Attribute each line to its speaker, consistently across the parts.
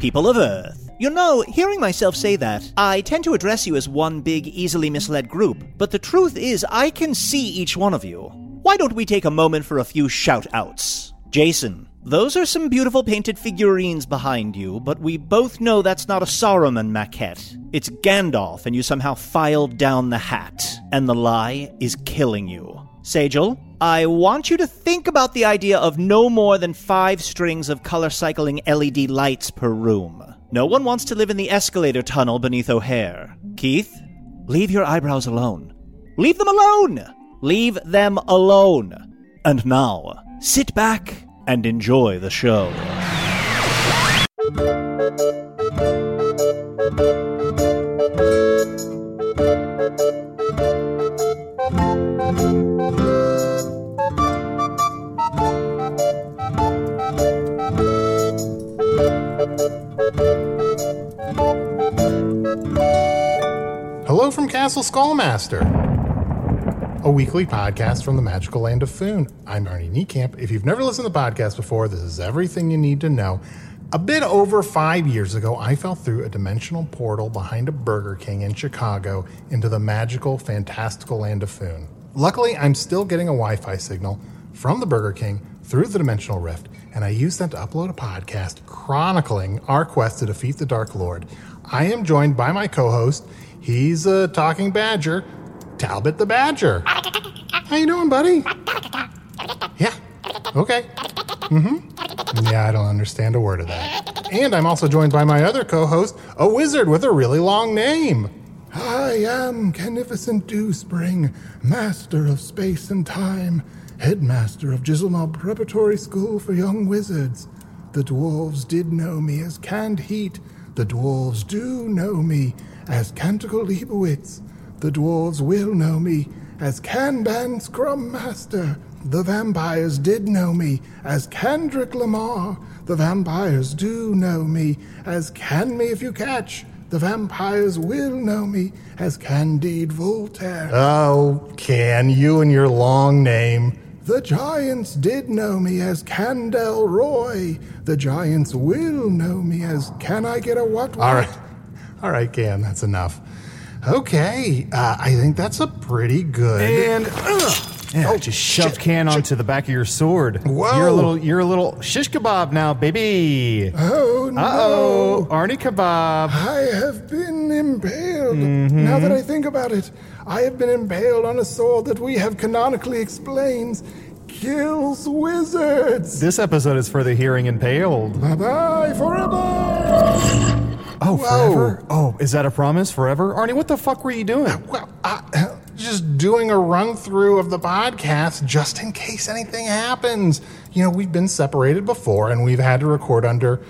Speaker 1: People of Earth. You know, hearing myself say that, I tend to address you as one big, easily misled group, but the truth is, I can see each one of you. Why don't we take a moment for a few shout outs? Jason, those are some beautiful painted figurines behind you, but we both know that's not a Saruman maquette. It's Gandalf, and you somehow filed down the hat, and the lie is killing you. Sagel, I want you to think about the idea of no more than five strings of color cycling LED lights per room. No one wants to live in the escalator tunnel beneath O'Hare. Keith, leave your eyebrows alone. Leave them alone! Leave them alone! And now, sit back and enjoy the show.
Speaker 2: Hello from Castle Skullmaster, a weekly podcast from the magical land of Foon. I'm Arnie Niekamp. If you've never listened to the podcast before, this is everything you need to know. A bit over five years ago, I fell through a dimensional portal behind a Burger King in Chicago into the magical, fantastical land of Foon. Luckily, I'm still getting a Wi Fi signal from the Burger King through the dimensional rift, and I use that to upload a podcast chronicling our quest to defeat the Dark Lord. I am joined by my co host. He's a talking badger, Talbot the Badger. How you doing, buddy? Yeah. Okay. Mm-hmm. Yeah, I don't understand a word of that. And I'm also joined by my other co-host, a wizard with a really long name. I am Canificent Dewspring, Master of Space and Time, Headmaster of Gizelnob Preparatory School for Young Wizards. The dwarves did know me as Canned Heat. The dwarves do know me as Canticle Leibowitz. The dwarves will know me as Kanban Scrum Master. The vampires did know me as Kendrick Lamar. The vampires do know me as Can Me If You Catch. The vampires will know me as Candide Voltaire. Oh, can you and your long name? The giants did know me as Candel Roy. The giants will know me as Can I Get a What? All right. All right, Can, that's enough. Okay, uh, I think that's a pretty good.
Speaker 3: And
Speaker 2: uh,
Speaker 3: oh, just shove can onto the back of your sword.
Speaker 2: Whoa.
Speaker 3: You're a little, you're a little shish kebab now, baby.
Speaker 2: Oh no!
Speaker 3: Uh oh, Arnie kebab.
Speaker 2: I have been impaled. Now that I think about it, I have been impaled on a sword that we have canonically explained kills wizards.
Speaker 3: This episode is for the hearing impaled.
Speaker 2: Bye bye forever.
Speaker 3: Oh,
Speaker 2: Whoa.
Speaker 3: forever. Oh, is that a promise? Forever, Arnie? What the fuck were you doing?
Speaker 2: Well, I, just doing a run through of the podcast just in case anything happens. You know, we've been separated before and we've had to record under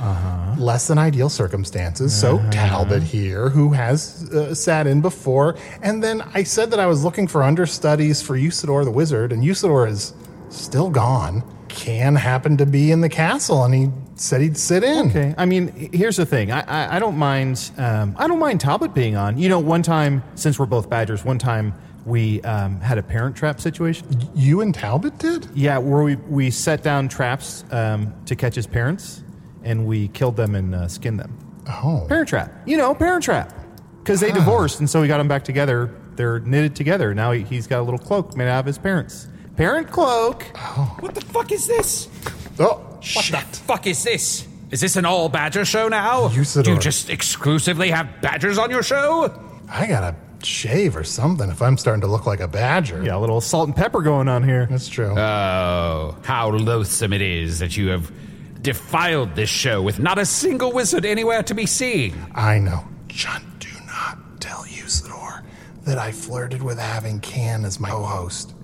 Speaker 2: less than ideal circumstances. So Talbot here, who has uh, sat in before. And then I said that I was looking for understudies for Usador the Wizard, and Usador is still gone. Can happened to be in the castle, and he said he'd sit in.
Speaker 3: Okay. I mean, h- here's the thing. I, I, I don't mind. Um, I don't mind Talbot being on. You know, one time since we're both Badgers, one time we um, had a parent trap situation.
Speaker 2: You and Talbot did?
Speaker 3: Yeah, where we we set down traps um, to catch his parents, and we killed them and uh, skinned them.
Speaker 2: Oh.
Speaker 3: Parent trap. You know, parent trap. Because they divorced, and so we got them back together. They're knitted together. Now he, he's got a little cloak made out of his parents. Parent cloak.
Speaker 4: What the fuck is this?
Speaker 2: Oh, shit.
Speaker 4: What the fuck is this? Is this an all badger show now?
Speaker 2: Usador.
Speaker 4: Do you just exclusively have badgers on your show?
Speaker 2: I gotta shave or something if I'm starting to look like a badger.
Speaker 3: Yeah, a little salt and pepper going on here.
Speaker 2: That's true.
Speaker 4: Oh, how loathsome it is that you have defiled this show with not a single wizard anywhere to be seen.
Speaker 2: I know. John, do not tell Usador that I flirted with having Can as my co host.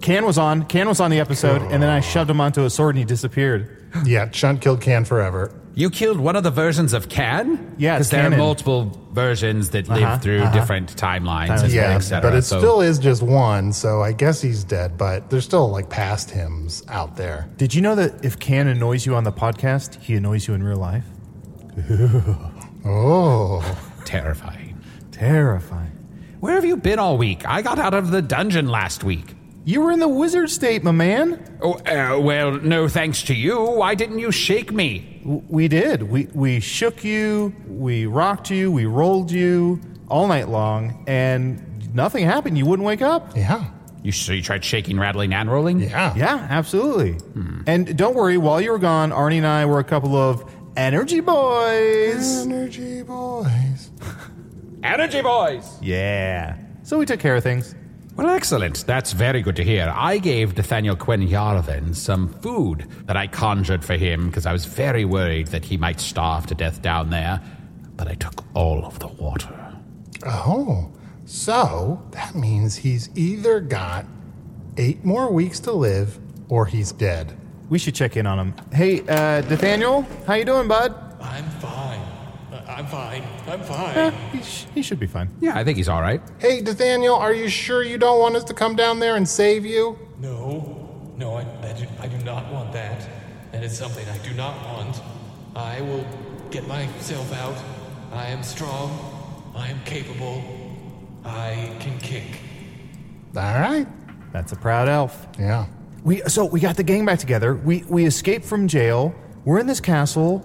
Speaker 3: Can was on. Can was on the episode, and then I shoved him onto a sword and he disappeared.
Speaker 2: Yeah, Chunt killed Can forever.
Speaker 4: You killed one of the versions of Can?
Speaker 3: Yeah, it's
Speaker 4: because there are
Speaker 3: canon.
Speaker 4: multiple versions that
Speaker 3: Uh-huh,
Speaker 4: live through
Speaker 3: uh-huh.
Speaker 4: different timelines, and
Speaker 2: Yeah,
Speaker 4: etc.
Speaker 2: but it
Speaker 4: so
Speaker 2: still is just one, so I guess he's dead, but there's still like past hims out there.
Speaker 3: Did you know that if Can annoys you on the podcast, he annoys you in real life?
Speaker 2: Oh.
Speaker 4: terrifying.
Speaker 3: Terrifying.
Speaker 4: Where have you been all week? I got out of the dungeon last week.
Speaker 3: You were in the wizard state, my man.
Speaker 4: Oh, uh, well, no thanks to you. Why didn't you shake me?
Speaker 3: W- We did. We we shook you. We rocked you. We rolled you all night long, and nothing happened. You wouldn't wake up.
Speaker 2: Yeah.
Speaker 4: You so you tried shaking, rattling, and rolling?
Speaker 2: Yeah.
Speaker 3: Yeah, absolutely. And don't worry. While you were gone, Arnie and I were a couple of energy boys.
Speaker 2: Energy boys.
Speaker 4: Energy boys!
Speaker 3: Yeah. So we took care of things.
Speaker 4: Well, excellent. That's very good to hear. I gave Nathaniel Quinn Yarvin some food that I conjured for him because I was very worried that he might starve to death down there. But I took all of the water.
Speaker 2: Oh. So that means he's either got eight more weeks to live or he's dead.
Speaker 3: We should check in on him. Hey, uh, Nathaniel, how you doing, bud?
Speaker 5: I'm fine. I- I'm fine. I'm
Speaker 3: Eh,
Speaker 5: fine.
Speaker 3: he, sh- he should be fine.
Speaker 4: Yeah, I think he's all right.
Speaker 2: Hey, Nathaniel, are you sure you don't want us to come down there and save you?
Speaker 5: No, no, I, I, do, I do not want that. That is something I do not want. I will get myself out. I am strong. I am capable. I can kick.
Speaker 2: All right.
Speaker 3: That's a proud elf.
Speaker 2: Yeah.
Speaker 3: We so we got the gang back together. We we escaped from jail. We're in this castle.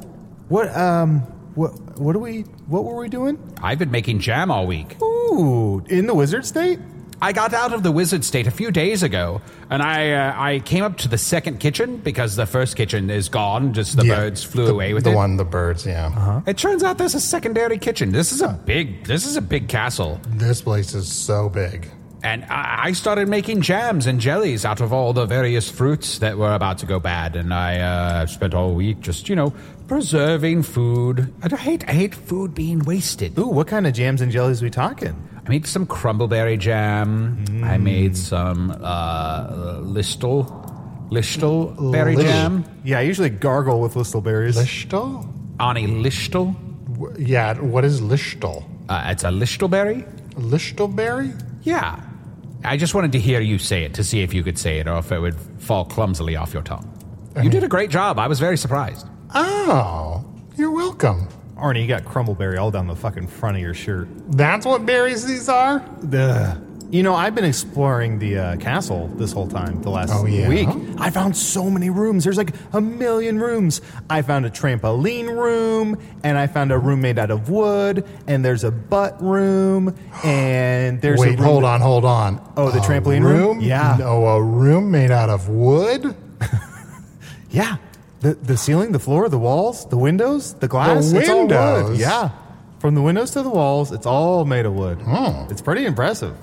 Speaker 3: What um what what are we what were we doing?
Speaker 4: I've been making jam all week.
Speaker 3: Ooh, in the wizard state?
Speaker 4: I got out of the wizard state a few days ago, and I uh, I came up to the second kitchen because the first kitchen is gone. Just the
Speaker 2: Yeah.
Speaker 4: birds flew
Speaker 2: The-
Speaker 4: away with
Speaker 2: the
Speaker 4: it.
Speaker 2: one, the birds, yeah.
Speaker 3: Uh-huh.
Speaker 4: It turns out there's a secondary kitchen. This is a big this is a big castle.
Speaker 2: This place is so big.
Speaker 4: And I I started making jams and jellies out of all the various fruits that were about to go bad. And I uh, spent all week just, you know, preserving food. And I hate, I hate food being wasted.
Speaker 3: Ooh, what kind of jams and jellies we talking?
Speaker 4: I made some crumbleberry jam. I made some uh, listel, listel berry
Speaker 2: Listel.
Speaker 4: jam.
Speaker 3: Yeah, I usually gargle with listelberries.
Speaker 2: Lishtel?
Speaker 4: Ani listel.
Speaker 2: W- Yeah, what is Lishtel?
Speaker 4: Uh, it's a listelberry.
Speaker 2: Lishtelberry?
Speaker 4: Yeah. I just wanted to hear you say it to see if you could say it or if it would fall clumsily off your tongue. You did a great job. I was very surprised.
Speaker 2: Oh, you're welcome.
Speaker 3: Arnie, you got crumbleberry all down the fucking front of your shirt.
Speaker 2: That's what berries these are?
Speaker 3: You know, I've been exploring the uh, castle this whole time, the last
Speaker 2: Oh, yeah?
Speaker 3: week. I found so many rooms. There's like a million rooms. I found a trampoline room, and I found a room made out of wood, and there's a butt room, and there's a
Speaker 2: Wait,
Speaker 3: room
Speaker 2: hold on, hold on.
Speaker 3: Oh, the
Speaker 2: A
Speaker 3: trampoline room? Yeah.
Speaker 2: No, a room made out of wood?
Speaker 3: Yeah. The, the ceiling, the floor, the walls, the windows, the glass. it's all wood.
Speaker 2: windows? Oh.
Speaker 3: Yeah. From the windows to the walls, it's all made of wood. It's pretty impressive.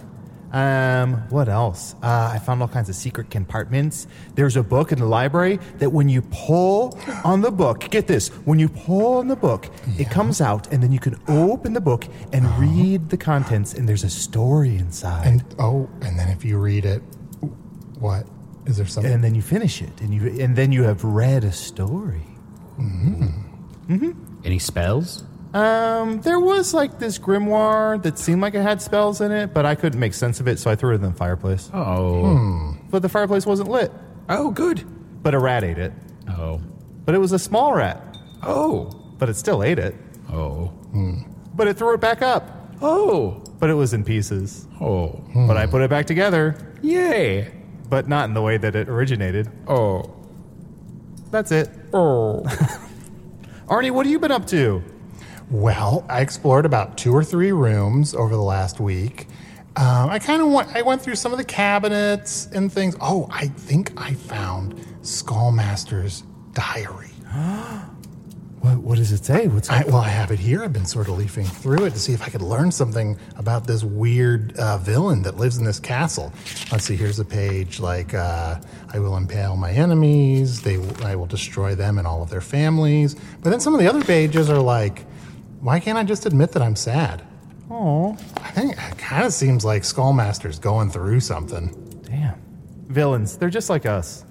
Speaker 3: Um, what else? Uh, I found all kinds of secret compartments. There's a book in the library that when you pull on the book, get this, when you pull on the book, it comes out, and then you can open the book and read the contents, and there's a story inside.
Speaker 2: Uh-huh. And oh, and then if you read it, what is there something?
Speaker 3: and then you finish it, and you and then you have read a story.
Speaker 4: Any spells?
Speaker 3: Um, there was like this grimoire that seemed like it had spells in it, but I couldn't make sense of it, so I threw it in the fireplace.
Speaker 4: Oh.
Speaker 3: But the fireplace wasn't lit.
Speaker 6: Oh, good.
Speaker 3: But a rat ate it.
Speaker 4: Oh.
Speaker 3: But it was a small rat.
Speaker 6: Oh,
Speaker 3: But it still ate it.
Speaker 4: Oh.
Speaker 3: But it threw it back up.
Speaker 6: oh,
Speaker 3: But it was in pieces.
Speaker 4: Oh.
Speaker 3: But I put it back together.
Speaker 6: yay.
Speaker 3: But not in the way that it originated.
Speaker 6: Oh,
Speaker 3: That's it.
Speaker 6: oh.
Speaker 3: Arnie, what have you been up to?
Speaker 2: Well, I explored about two or three rooms over the last week. Um, I kind of went. I went through some of the cabinets and things. Oh, I think I found Skullmaster's diary.
Speaker 3: What, what does it say? What's
Speaker 2: I, well, I have it here. I've been sort of leafing through it to see if I could learn something about this weird uh, villain that lives in this castle. Let's see. Here's a page like uh, I will impale my enemies. They, I will destroy them and all of their families. But then some of the other pages are like, why can't I just admit that I'm sad? Oh, I think it kind of seems like Skullmaster's going through something.
Speaker 3: Damn. Villains. They're just like us.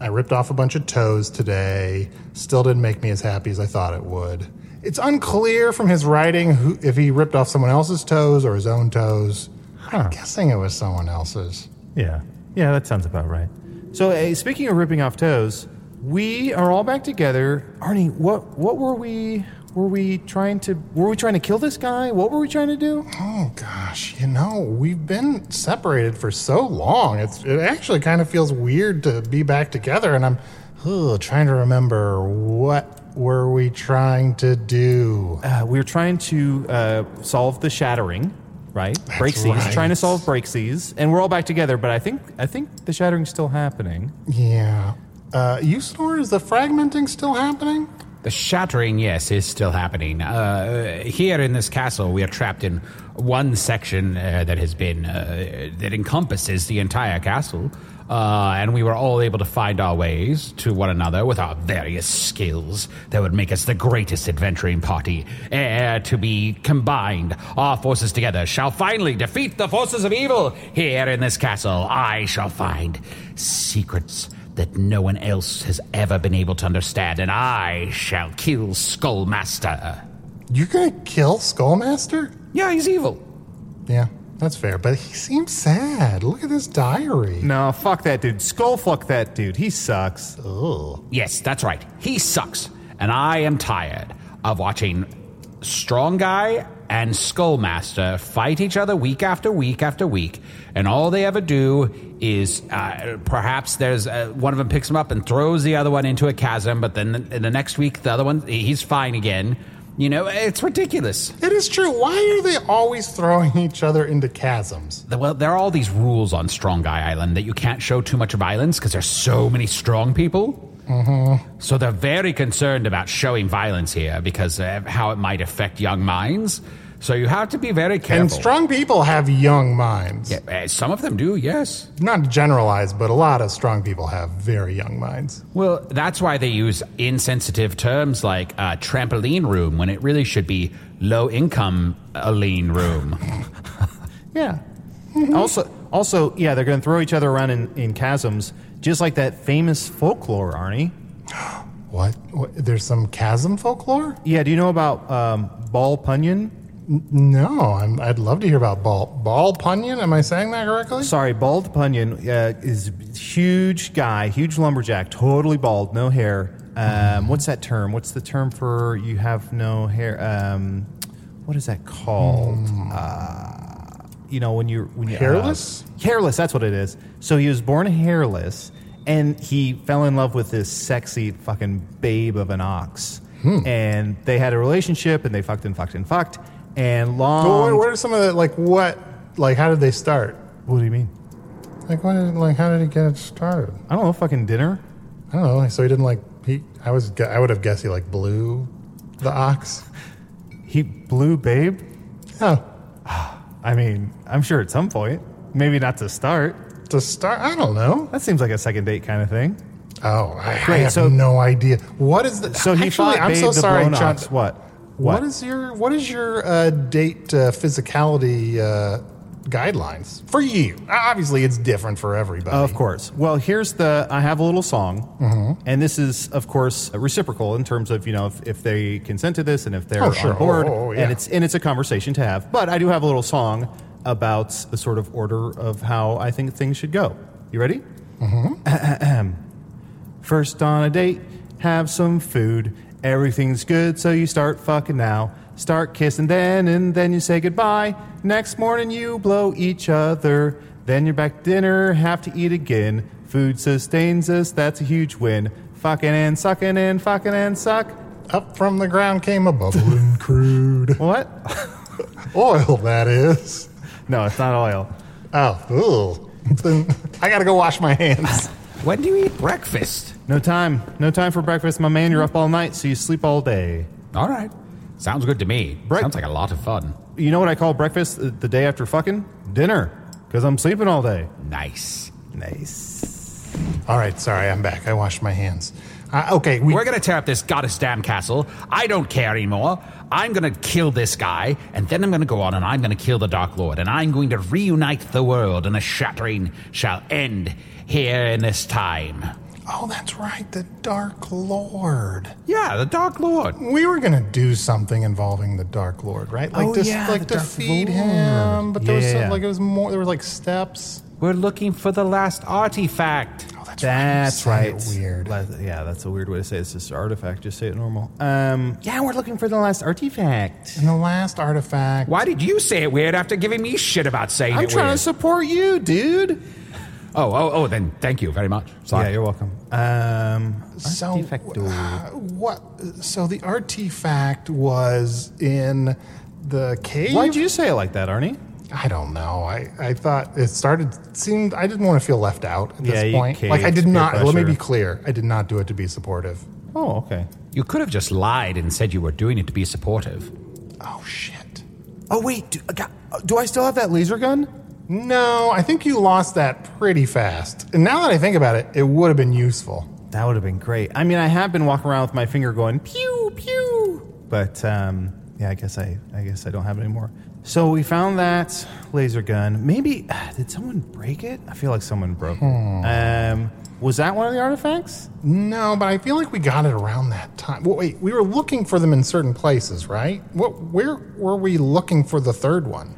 Speaker 2: I ripped off a bunch of toes today. Still didn't make me as happy as I thought it would. It's unclear from his writing who, if he ripped off someone else's toes or his own toes. I'm guessing it was someone else's.
Speaker 3: Yeah. Yeah, that sounds about right. So, uh, speaking of ripping off toes, we are all back together. Arnie, what what were we were we trying to were we trying to kill this guy? What were we trying to do?
Speaker 2: Oh gosh, you know we've been separated for so long. It's it actually kind of feels weird to be back together, and I'm ugh, trying to remember what were we trying to do.
Speaker 3: Uh, we were trying to uh, solve the shattering, right? Breakseas,
Speaker 2: right.
Speaker 3: trying to solve breakseas, and we're all back together. But I think I think the shattering's still happening.
Speaker 2: Yeah, uh, you snore. Is the fragmenting still happening?
Speaker 4: The shattering, yes, is still happening. Uh, here in this castle, we are trapped in one section uh, that has been uh, that encompasses the entire castle, uh, and we were all able to find our ways to one another with our various skills that would make us the greatest adventuring party. Ere to be combined, our forces together shall finally defeat the forces of evil. Here in this castle, I shall find secrets that no one else has ever been able to understand, and I shall kill Skullmaster.
Speaker 2: You're gonna kill Skullmaster?
Speaker 6: Yeah, he's evil.
Speaker 2: Yeah, that's fair. But he seems sad. Look at this diary.
Speaker 3: No, fuck that dude. Skull, fuck that dude. He sucks.
Speaker 4: Yes, that's right. He sucks, and I am tired of watching Strong Guy and Skullmaster fight each other week after week after week, and all they ever do is uh, perhaps there's uh, one of them picks him up and throws the other one into a chasm, but then the, the next week the other one he's fine again. You know, it's ridiculous.
Speaker 2: It is true. Why are they always throwing each other into chasms?
Speaker 4: The- Well, there are all these rules on Strong Guy Island that you can't show too much violence because there's so many strong people. So they're very concerned about showing violence here because of how it might affect young minds. So you have to be very careful.
Speaker 2: And strong people have young minds.
Speaker 4: Yeah, uh, some of them do, yes.
Speaker 2: Not to generalize, but a lot of strong people have very young minds.
Speaker 4: Well, that's why they use insensitive terms like uh, trampoline room when it really should be low income a lean room.
Speaker 3: Yeah. Also, also, yeah, they're going to throw each other around in, in chasms, just like that famous folklore, Arnie.
Speaker 2: What? what? There's some chasm folklore?
Speaker 3: Yeah, do you know about um, Ball Punyon?
Speaker 2: No, I'm, I'd love to hear about Ball Ball Punyon. Am I saying that correctly?
Speaker 3: Sorry, Bald Punyon uh, is a huge guy, huge lumberjack, totally bald, no hair. Um, what's that term? What's the term for you have no hair? Um, what is that called? Uh, you know, when you when you uh,
Speaker 2: Hairless?
Speaker 3: hairless. That's what it is. So he was born hairless, and he fell in love with this sexy fucking babe of an ox. And they had a relationship, and they fucked and fucked and fucked. And long.
Speaker 2: Well, what, what are some of the like? What? Like, how did they start?
Speaker 3: what do you mean?
Speaker 2: Like, what? Did, like, how did he get it started?
Speaker 3: I don't know. Fucking dinner.
Speaker 2: I don't know. So he didn't like. He. I was. gu- I would have guessed he like blew the ox.
Speaker 3: He blew babe.
Speaker 2: Oh,
Speaker 3: I I mean, I'm sure at some point. Maybe not to start.
Speaker 2: To start? I don't know.
Speaker 3: That seems like a second date kind of thing.
Speaker 2: Oh, I, I
Speaker 3: Great,
Speaker 2: have
Speaker 3: so-
Speaker 2: no idea. What is the?
Speaker 3: So he
Speaker 2: Actually,
Speaker 3: fought
Speaker 2: I'm
Speaker 3: Babe
Speaker 2: so
Speaker 3: the
Speaker 2: sorry,
Speaker 3: blown
Speaker 2: John.
Speaker 3: ox. What?
Speaker 2: what is your what is your uh, date uh, physicality uh, guidelines for you? Obviously, it's different for everybody.
Speaker 3: Of course. Well, here's the I have a little song,
Speaker 2: Mm-hmm.
Speaker 3: and this is, of course, reciprocal in terms of you know if, if they consent to this and if they're
Speaker 2: Oh, sure.
Speaker 3: on board,
Speaker 2: Oh, oh, oh, yeah.
Speaker 3: and it's and it's a conversation to have. But I do have a little song about the sort of order of how I think things should go. You ready?
Speaker 2: Mm-hmm.
Speaker 3: First on a date, have some food. Everything's good, so you start fucking now. Start kissing then, and then you say goodbye. Next morning, you blow each other. Then you're back to dinner, have to eat again. Food sustains us, that's a huge win. Fucking and sucking and fucking and suck.
Speaker 2: Up from the ground came a bubbling crude
Speaker 3: What?
Speaker 2: oil. That is.
Speaker 3: No, it's not oil.
Speaker 2: Oh, ugh. then I gotta go wash my hands.
Speaker 4: When do you eat breakfast?
Speaker 3: No time. No time for breakfast, my man. You're up all night, so you sleep all day.
Speaker 4: All right. Sounds good to me.
Speaker 3: Break-
Speaker 4: Sounds like a lot of fun.
Speaker 3: You know what I call breakfast uh, the day after fucking? Dinner. Because I'm sleeping all day.
Speaker 4: Nice.
Speaker 3: Nice.
Speaker 2: All right, sorry, I'm back. I washed my hands. Uh, okay, we
Speaker 4: We're gonna tear up this goddess damn castle. I don't care anymore. I'm gonna kill this guy, and then I'm gonna go on and I'm gonna kill the Dark Lord, and I'm going to reunite the world, and the shattering shall end here in this time.
Speaker 2: Oh, that's right, the Dark Lord.
Speaker 4: Yeah, the Dark Lord.
Speaker 2: We were gonna do something involving the Dark Lord, right? Like
Speaker 3: Oh,
Speaker 2: just
Speaker 3: yeah,
Speaker 2: like
Speaker 3: the Dark
Speaker 2: defeat
Speaker 3: Lord.
Speaker 2: him. But there was some,
Speaker 3: Yeah.
Speaker 2: like it was more there were like steps.
Speaker 4: We're looking for the last artifact.
Speaker 2: Oh that's,
Speaker 3: That's
Speaker 2: You said
Speaker 3: right.
Speaker 2: it Weird.
Speaker 3: Le- yeah, that's a weird way to say it. It's just artifact. Just say it normal. Um, yeah, we're looking for the last artifact.
Speaker 2: And the last artifact.
Speaker 4: Why did you say it weird after giving me shit about saying
Speaker 3: I'm
Speaker 4: it
Speaker 3: trying
Speaker 4: weird?
Speaker 3: to support you, dude.
Speaker 4: oh, oh, oh, then thank you very much. Sorry.
Speaker 3: Yeah, you're welcome. Um,
Speaker 2: So
Speaker 3: artifacto.
Speaker 2: uh, what? So the artifact was in the cave.
Speaker 3: Why'd you say it like that, Arnie?
Speaker 2: I don't know. I, I thought it started seemed I didn't want to feel left out at
Speaker 3: Yeah,
Speaker 2: this
Speaker 3: you
Speaker 2: point.
Speaker 3: caved,
Speaker 2: Like I did
Speaker 3: peer
Speaker 2: not. Let me
Speaker 3: pressure.
Speaker 2: be clear. I did not do it to be supportive.
Speaker 3: Oh, okay.
Speaker 4: You could have just lied and said you were doing it to be supportive.
Speaker 2: Oh shit.
Speaker 3: Oh wait, do, God, do I still have that laser gun?
Speaker 2: No, I think you lost that pretty fast. And now that I think about it, it would have been useful.
Speaker 3: That would have been great. I mean, I have been walking around with my finger going pew pew, but um, yeah, I guess I, I guess I don't have it anymore. So we found that laser gun. Maybe did someone break it? I feel like someone broke
Speaker 4: Hmm.
Speaker 3: it. Um, was that one of the artifacts?
Speaker 2: No, but I feel like we got it around that time. Well, wait, we were looking for them in certain places, right? What? Where were we looking for the third one?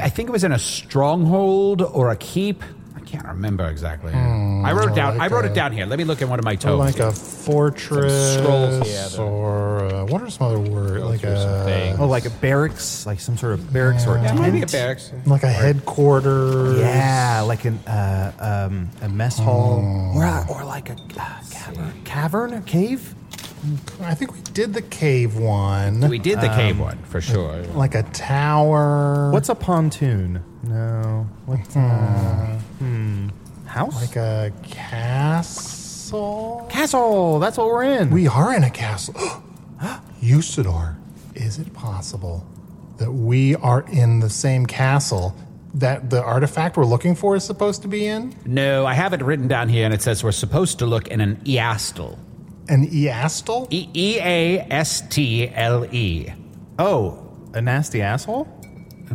Speaker 4: I think it was in a stronghold or a keep. I can't remember exactly. I wrote it down. I
Speaker 2: like
Speaker 4: wrote
Speaker 2: a-
Speaker 4: it down here. Let me look in one of my
Speaker 3: Oh.
Speaker 4: tomes.
Speaker 2: Hmm, Like a fortress,
Speaker 4: scrolls. Yeah, they're-
Speaker 2: or uh, what are some other words? Like a uh,
Speaker 3: Oh, like a barracks, like some sort of barracks or a
Speaker 4: Yeah,
Speaker 3: tent.
Speaker 4: maybe a barracks.
Speaker 2: like a headquarters.
Speaker 3: Yeah, like an uh, um, a mess hall,
Speaker 4: Hmm.
Speaker 3: or, a, or like a uh, cavern, cavern, a cave.
Speaker 2: I think we did the cave one.
Speaker 4: We did the
Speaker 2: Um,
Speaker 4: cave one for sure.
Speaker 2: like a tower.
Speaker 3: What's a pontoon? No. What's uh, hmm. House?
Speaker 2: like a castle?
Speaker 3: castle. That's what we're in.
Speaker 2: We are in a castle. Usador, is it possible that we are in the same castle that the artifact we're looking for is supposed to be in?
Speaker 4: No, I have it written down here, and it says we're supposed to look in an eastle.
Speaker 2: An Eastle?
Speaker 4: E E A S T L E.
Speaker 3: oh, a nasty asshole.
Speaker 4: uh,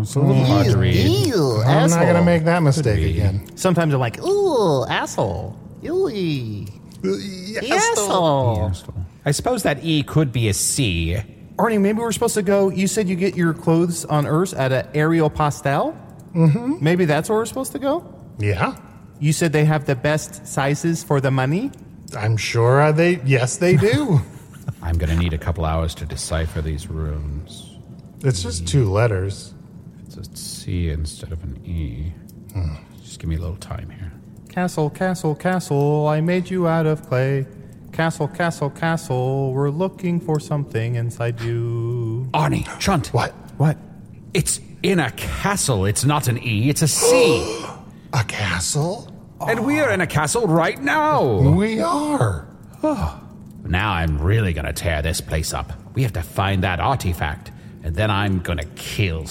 Speaker 4: It's a little
Speaker 2: Mm.
Speaker 4: hard to read.
Speaker 2: I'm not going to make that mistake again.
Speaker 3: Sometimes I'm like, ooh, asshole. Ooh, asshole.
Speaker 4: I suppose that E could be a C.
Speaker 3: Arnie, maybe we're supposed to go. You said you get your clothes on Earth at an aerial pastel. Mm-hmm. Maybe that's where we're supposed to go.
Speaker 2: Yeah.
Speaker 3: You said they have the best sizes for the money.
Speaker 2: I'm sure uh, they, yes, they do.
Speaker 4: I'm going to need a couple hours to decipher these rooms.
Speaker 2: it's just two letters.
Speaker 4: It's a C instead of an E. Just give me a little time here.
Speaker 3: Castle, castle, castle, I made you out of clay. Castle, castle, castle, we're looking for something inside you.
Speaker 4: Arnie, Chunt,
Speaker 2: What?
Speaker 3: What?
Speaker 4: it's in a castle. It's not an E, it's a C.
Speaker 2: A castle?
Speaker 4: and we are in a castle right now.
Speaker 2: We are.
Speaker 4: Now I'm really going to tear this place up. We have to find that artifact. and then I'm gonna kill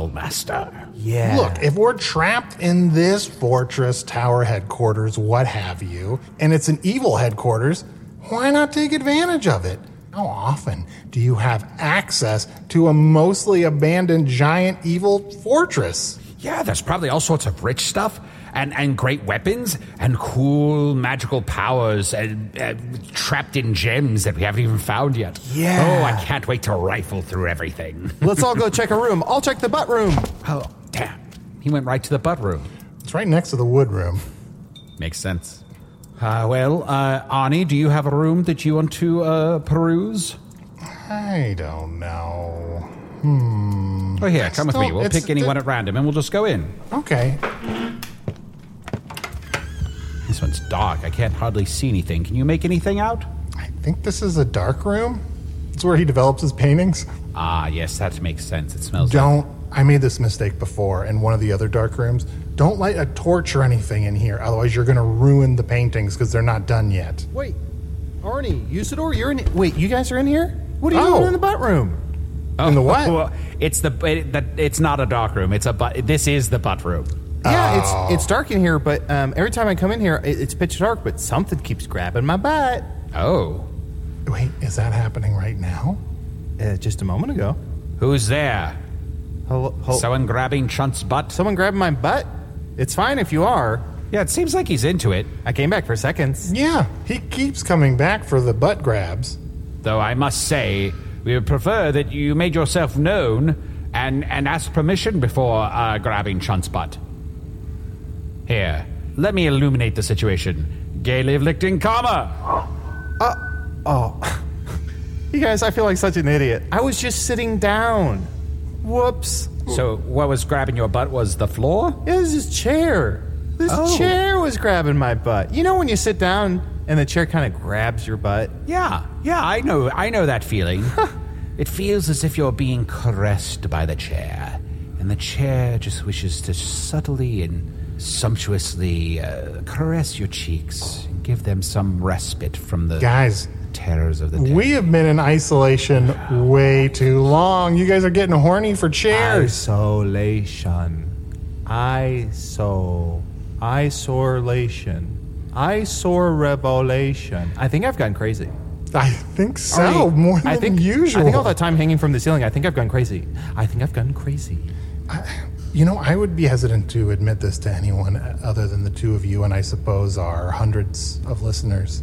Speaker 4: Skullmaster.
Speaker 3: Yeah.
Speaker 2: Look, if we're trapped in this fortress, tower headquarters, what have you, and it's an evil headquarters, why not take advantage of it? How often do you have access to a mostly abandoned giant evil fortress?
Speaker 4: Yeah, there's probably all sorts of rich stuff and, and great weapons and cool magical powers and uh, trapped in gems that we haven't even found yet.
Speaker 3: Yeah.
Speaker 4: Oh, I can't wait to rifle through everything.
Speaker 3: Let's all go check a room. I'll check the butt room.
Speaker 4: Oh, damn. He went right to the butt room.
Speaker 2: It's right next to the wood room.
Speaker 4: Makes sense. Uh, well, uh, Arnie, do you have a room that you want to uh, peruse?
Speaker 2: I don't know. Hmm.
Speaker 4: Oh, here, come with
Speaker 2: Mm. Still,
Speaker 4: me. We'll
Speaker 2: it's-
Speaker 4: pick anyone at random and we'll just go in.
Speaker 2: Okay.
Speaker 4: This one's dark. I can't hardly see anything. Can you make anything out?
Speaker 2: I think this is a dark room. It's where he develops his paintings.
Speaker 4: Ah, yes, that makes sense. It smells.
Speaker 2: Don't. I made this mistake before in one of the other dark rooms. Don't light a torch or anything in here, otherwise, you're going to ruin the paintings because they're not done yet.
Speaker 3: Wait, Arnie, Usador, you're in. Wait, you guys are in here? What are you
Speaker 2: Oh.
Speaker 3: doing in the butt room?
Speaker 4: Oh,
Speaker 2: in the what?
Speaker 4: Well, it's the it, that it's not a dark room. It's a but. This is the butt room.
Speaker 3: Yeah, it's it's dark in here, but um, every time I come in here, it, it's pitch dark. But something keeps grabbing my butt.
Speaker 4: Oh,
Speaker 2: Wait, is that happening right now?
Speaker 3: Uh, just a moment ago,
Speaker 4: who's there?
Speaker 3: hello, hel-
Speaker 4: Someone grabbing Chunt's butt?
Speaker 3: someone grabbed my butt. It's fine if you are.
Speaker 4: Yeah, it seems like he's into it.
Speaker 3: I came back for seconds.
Speaker 2: Yeah, he keeps coming back for the butt grabs.
Speaker 4: Though I must say, we would prefer that you made yourself known and and asked permission before uh, grabbing Chunt's butt. Here, let me illuminate the situation. Gay live lichting karma.
Speaker 3: oh. You guys, I feel like such an idiot. I was just sitting down. Whoops.
Speaker 4: So, what was grabbing your butt was the floor?
Speaker 3: It was this chair. This
Speaker 4: Oh.
Speaker 3: chair was grabbing my butt. You know when you sit down and the chair kind of grabs your butt?
Speaker 4: Yeah, yeah, I know, I know that feeling. it feels as if you're being caressed by the chair, and the chair just wishes to subtly and sumptuously uh, caress your cheeks and give them some respite from the
Speaker 2: Guys,
Speaker 4: terrors of the day.
Speaker 2: we have been in isolation way too long. You guys are getting horny for chairs.
Speaker 3: Isolation. Iso. Isolation. Isor revelation. I think I've gone crazy.
Speaker 2: I think so,
Speaker 3: Arnie,
Speaker 2: more than
Speaker 3: I think,
Speaker 2: usual.
Speaker 3: I think all that time hanging from the ceiling, I think I've gone crazy. I think I've gone crazy.
Speaker 2: You know, I would be hesitant to admit this to anyone uh, other than the two of you, and I suppose our hundreds of listeners.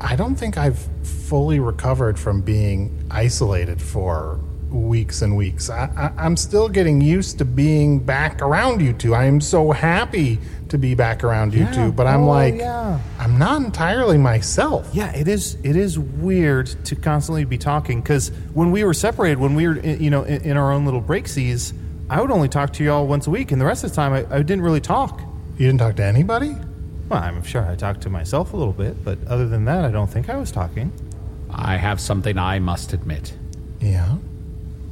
Speaker 2: I don't think I've fully recovered from being isolated for weeks and weeks. I, I, I'm still getting used to being back around you two. I am so happy to be back around you two, but I'm
Speaker 3: Oh,
Speaker 2: like,
Speaker 3: yeah.
Speaker 2: I'm not entirely myself.
Speaker 3: Yeah, it is. It is weird to constantly be talking because when we were separated, when we were in, you know in, in our own little breaksies, I would only talk to y'all once a week, and the rest of the time I, I didn't really talk.
Speaker 2: You didn't talk to anybody?
Speaker 3: Well, I'm sure I talked to myself a little bit, but other than that, I don't think I was talking.
Speaker 4: I have something I must admit.
Speaker 2: Yeah.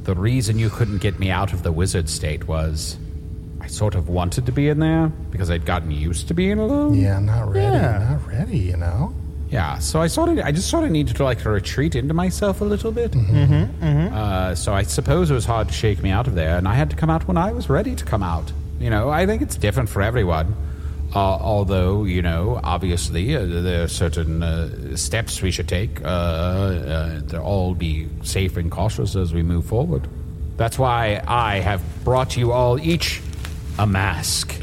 Speaker 4: The reason you couldn't get me out of the wizard state was I sort of wanted to be in there because I'd gotten used to being alone.
Speaker 2: Yeah, not ready.
Speaker 3: Yeah.
Speaker 2: Not ready, you know?
Speaker 4: Yeah, so I sort of, I just sort of needed to like retreat into myself a little bit. Mm-hmm, Uh, so I suppose it was hard to shake me out of there, and I had to come out when I was ready to come out. You know, I think it's different for everyone. Uh, although, you know, obviously uh, there are certain uh, steps we should take uh, uh, to all be safe and cautious as we move forward. That's why I have brought you all each a mask.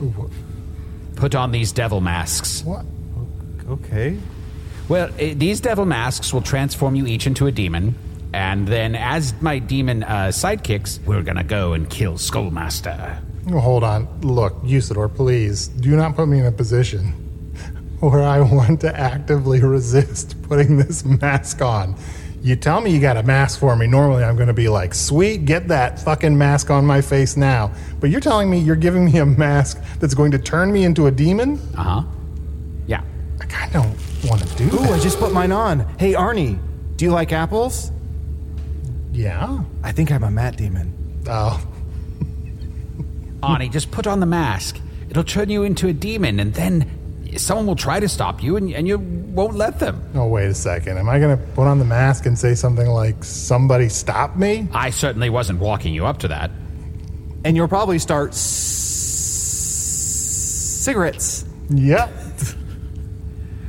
Speaker 4: Put on these devil masks.
Speaker 2: What?
Speaker 3: Okay.
Speaker 4: Well, eh, these devil masks will transform you each into a demon, and then as my demon uh, sidekicks, we're gonna go and kill Skullmaster.
Speaker 2: Well, Hold on. Look, Usador, please do not put me in a position where I want to actively resist putting this mask on. You tell me you got a mask for me. Normally, I'm going to be like, sweet, get that fucking mask on my face now. But you're telling me you're giving me a mask that's going to turn me into a demon?
Speaker 4: Uh huh. Yeah.
Speaker 2: I kind of want to do
Speaker 3: Ooh, I
Speaker 2: that.
Speaker 3: just put mine on. Hey, Arnie, do you like apples?
Speaker 2: Yeah.
Speaker 3: I think I'm a Matt demon.
Speaker 2: Oh,
Speaker 4: Arnie, just put on the mask. It'll turn you into a demon, and then someone will try to stop you, and, and you won't let them.
Speaker 2: Oh, wait a second. Am I going to put on the mask and say something like, somebody stop me?
Speaker 4: I certainly wasn't walking you up to that.
Speaker 3: and you'll probably start s- cigarettes.
Speaker 2: Yep.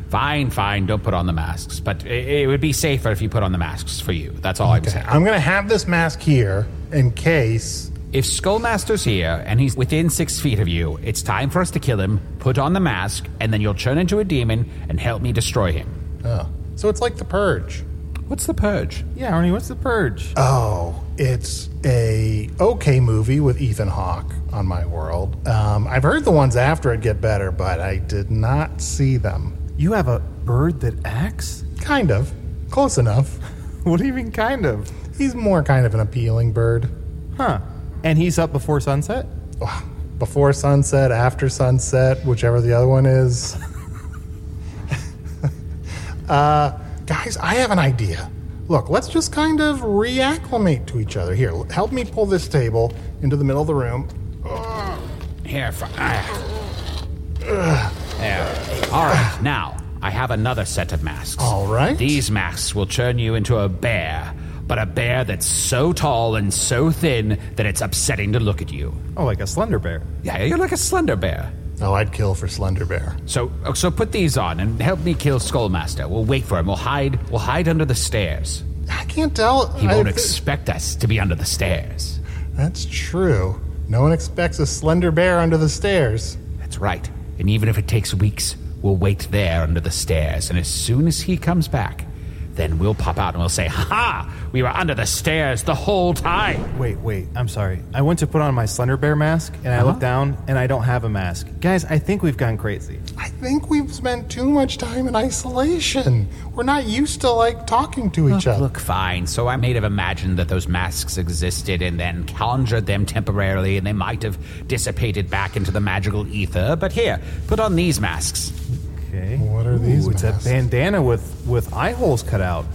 Speaker 4: Fine, fine, don't put on the masks. But it, it would be safer if you put on the masks for you. That's all I'm saying.
Speaker 2: I'm going to have this mask here in case.
Speaker 4: If Skullmaster's here and he's within six feet of you, it's time for us to kill him, put on the mask, and then you'll turn into a demon and help me destroy him.
Speaker 2: Oh. So it's like the purge.
Speaker 4: What's the purge?
Speaker 3: Yeah, Arnie, what's the purge?
Speaker 2: Oh, it's a okay movie with Ethan Hawke on my world. Um, I've heard the ones after it get better, but I did not see them.
Speaker 3: you have a bird that acts?
Speaker 2: Kind of. Close enough.
Speaker 3: What do you mean, kind of?
Speaker 2: He's more kind of an appealing bird.
Speaker 3: Huh. And he's up before sunset?
Speaker 2: Before sunset, after sunset, whichever the other one is. uh, guys, I have an idea. Look, let's just kind of reacclimate to each other. Here, l- help me pull this table into the middle of the room.
Speaker 4: Here, fr- ah. There. All right, now I have another set of masks.
Speaker 2: All right.
Speaker 4: These masks will turn you into a bear, but a bear that's so tall and so thin that it's upsetting to look at you.
Speaker 3: Oh, like a slender bear.
Speaker 4: Yeah, you're like a slender bear.
Speaker 2: Oh, I'd kill for Slender Bear.
Speaker 4: So, so put these on and help me kill Skullmaster. We'll wait for him. We'll hide. We'll hide under the stairs.
Speaker 2: I can't tell.
Speaker 4: He
Speaker 2: I
Speaker 4: won't
Speaker 2: thi-
Speaker 4: expect us to be under the stairs.
Speaker 2: That's true. No one expects a Slender Bear under the stairs.
Speaker 4: That's right. And even if it takes weeks, we'll wait there under the stairs. And as soon as he comes back, then we'll pop out and we'll say, "Ha "Ha! We were under the stairs the whole time."
Speaker 3: Wait, wait, I'm sorry. I went to put on my slender bear mask, and I looked down, and I don't have a mask. Guys, I think we've gone crazy.
Speaker 2: I think we've spent too much time in isolation. We're not used to like talking to each other.
Speaker 4: Look, fine. So I may have imagined that those masks existed and then conjured them temporarily, and they might have dissipated back into the magical ether. But here, put on these masks.
Speaker 3: Okay.
Speaker 2: What are these
Speaker 3: Ooh, it's
Speaker 2: masks?
Speaker 3: a bandana with, with eye holes cut out.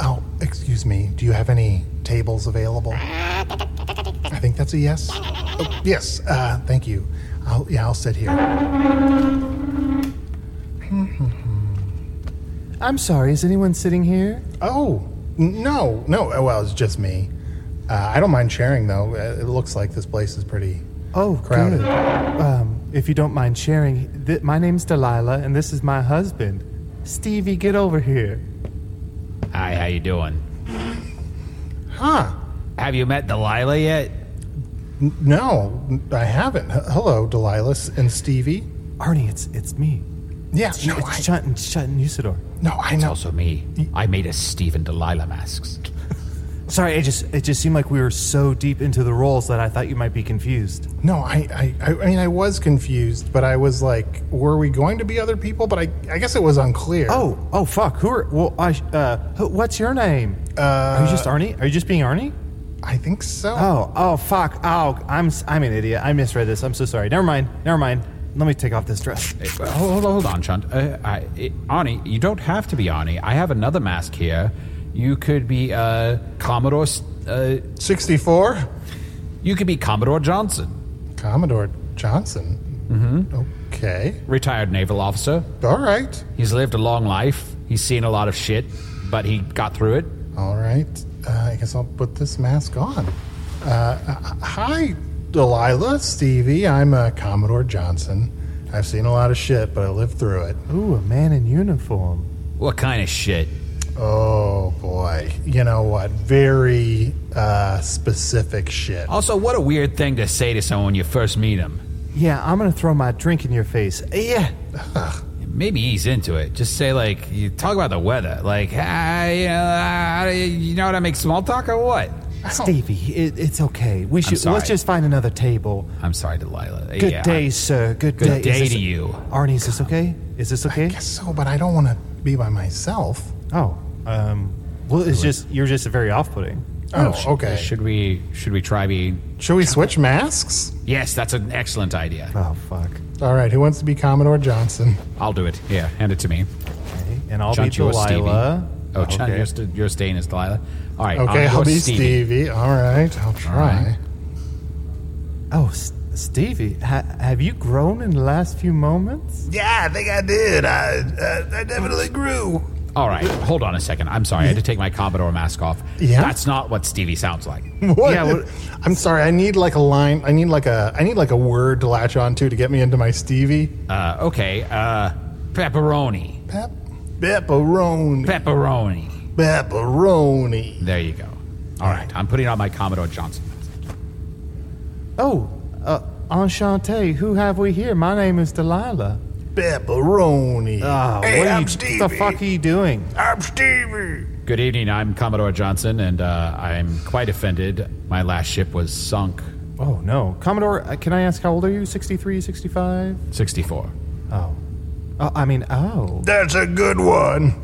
Speaker 2: Oh, excuse me. Do you have any tables available? I think that's a yes. Oh, yes. Uh, thank you. I'll, yeah, I'll sit here.
Speaker 3: I'm sorry, is anyone sitting here?
Speaker 2: Oh, n- no, no. oh, Well, it's just me. Uh, I don't mind sharing though. Uh, It looks like this place is pretty.
Speaker 3: Oh,
Speaker 2: Crowded.
Speaker 3: good. Um, if you don't mind sharing, th- my name's Delilah, and this is my husband, Stevie. Get over here.
Speaker 4: Hi, how you doing?
Speaker 2: Huh?
Speaker 4: Have you met Delilah yet?
Speaker 2: N- No, n- I haven't. H- hello, Delilah s- and Stevie.
Speaker 3: Arnie, it's it's me.
Speaker 2: Yeah,
Speaker 3: It's,
Speaker 2: no,
Speaker 3: it's
Speaker 2: I-
Speaker 3: Shut and Shut and Usador.
Speaker 2: No, I
Speaker 4: It's
Speaker 2: know.
Speaker 4: also me. I made us Steve and Delilah masks.
Speaker 3: Sorry, it just it just seemed like we were so deep into the roles that I thought you might be confused.
Speaker 2: No, I, I, I I mean, I was confused, but I was like, were we going to be other people? But I, I guess it was unclear.
Speaker 3: Oh, oh, fuck. Who are? Well, I. Uh, who, what's your name? Uh, are you just Arnie? Are you just being Arnie?
Speaker 2: I think so.
Speaker 3: Oh, oh, fuck. Oh, I'm s- I'm an idiot. I misread this. I'm so sorry. Never mind. Never mind. Let me take off this dress.
Speaker 4: Hey, well, Hold, hold on, Chunt. Uh, I, eh, Arnie, you don't have to be Arnie. I have another mask here. You could be uh, Commodore. S- Uh,
Speaker 2: 64?
Speaker 4: you could be Commodore Johnson,
Speaker 2: Commodore Johnson. Mm-hmm. Okay.
Speaker 4: retired naval officer.
Speaker 2: All right.
Speaker 4: He's lived a long life. He's seen a lot of shit, but he got through it.
Speaker 2: All right. Uh, I guess I'll put this mask on. Uh, uh, hi, Delilah, Stevie. I'm uh, Commodore Johnson. I've seen a lot of shit, but I lived through it.
Speaker 3: Ooh, a man in uniform.
Speaker 4: What kind of shit?
Speaker 2: Oh, boy. You know what? Very uh, specific shit.
Speaker 3: Oh.
Speaker 4: Also, what a weird thing to say to someone when you first meet him.
Speaker 3: Yeah, I'm gonna throw my drink in your face. Yeah.
Speaker 4: Maybe ease into it. Just say like, you talk about the weather. Like, ah, you know, ah, you know how to make small talk or what?
Speaker 3: Oh. Stevie, it, it's okay. We should
Speaker 4: sorry.
Speaker 3: let's just find another table.
Speaker 4: I'm sorry, Delilah.
Speaker 3: Good
Speaker 4: Yeah,
Speaker 3: day, sir. Good,
Speaker 4: Good
Speaker 3: day. Is
Speaker 4: day
Speaker 3: this-
Speaker 4: to you.
Speaker 3: Arnie. Is this okay? Is this okay?
Speaker 2: I guess so, but I don't want to be by myself.
Speaker 3: Oh, um, well, it's just you're just very off-putting.
Speaker 2: Oh, okay.
Speaker 4: Should we should we try being
Speaker 2: Should we switch masks?
Speaker 4: Yes, that's an excellent idea.
Speaker 3: Oh fuck.
Speaker 2: All right, who wants to be Commodore Johnson?
Speaker 4: I'll do it. Yeah, hand it to me.
Speaker 3: Okay, and I'll
Speaker 4: John,
Speaker 3: be
Speaker 4: you're Stevie.
Speaker 3: Delilah.
Speaker 4: Oh, Chun,
Speaker 3: Okay.
Speaker 4: you're, st- you're staying as Delilah. All right.
Speaker 2: Okay,
Speaker 4: I'll, go
Speaker 2: I'll be
Speaker 4: Stevie.
Speaker 2: Stevie. All right, I'll try.
Speaker 3: Oh, S- Stevie, ha- have you grown in the last few moments?
Speaker 2: Yeah, I think I did. I, uh, I definitely grew.
Speaker 4: All right, hold on a second. I'm sorry, I had to take my Commodore mask off.
Speaker 2: Yeah?
Speaker 4: That's not what Stevie sounds like.
Speaker 2: What?
Speaker 3: Yeah, well-
Speaker 2: I'm sorry. I need like a line. I need like a. I need like a word to latch onto to get me into my Stevie.
Speaker 4: Uh, okay, uh, pepperoni.
Speaker 2: Pep, pepperoni,
Speaker 4: Pepperoni.
Speaker 2: pepperoni.
Speaker 4: There you go. All right, I'm putting on my Commodore Johnson mask.
Speaker 3: Oh, uh, enchanté. Who have we here? My name is Delilah.
Speaker 2: Pepperoni.
Speaker 3: Ah,
Speaker 2: hey,
Speaker 3: what, are
Speaker 2: I'm
Speaker 3: you,
Speaker 2: Stevie.
Speaker 3: what the fuck are you doing?
Speaker 2: I'm Stevie.
Speaker 4: Good evening, I'm Commodore Johnson, and uh, I'm quite offended. My last ship was sunk
Speaker 3: Oh, no. Commodore, uh, can I ask how old are you? 63, 65?
Speaker 4: 64.
Speaker 3: Oh. oh I mean, oh.
Speaker 2: That's a good one.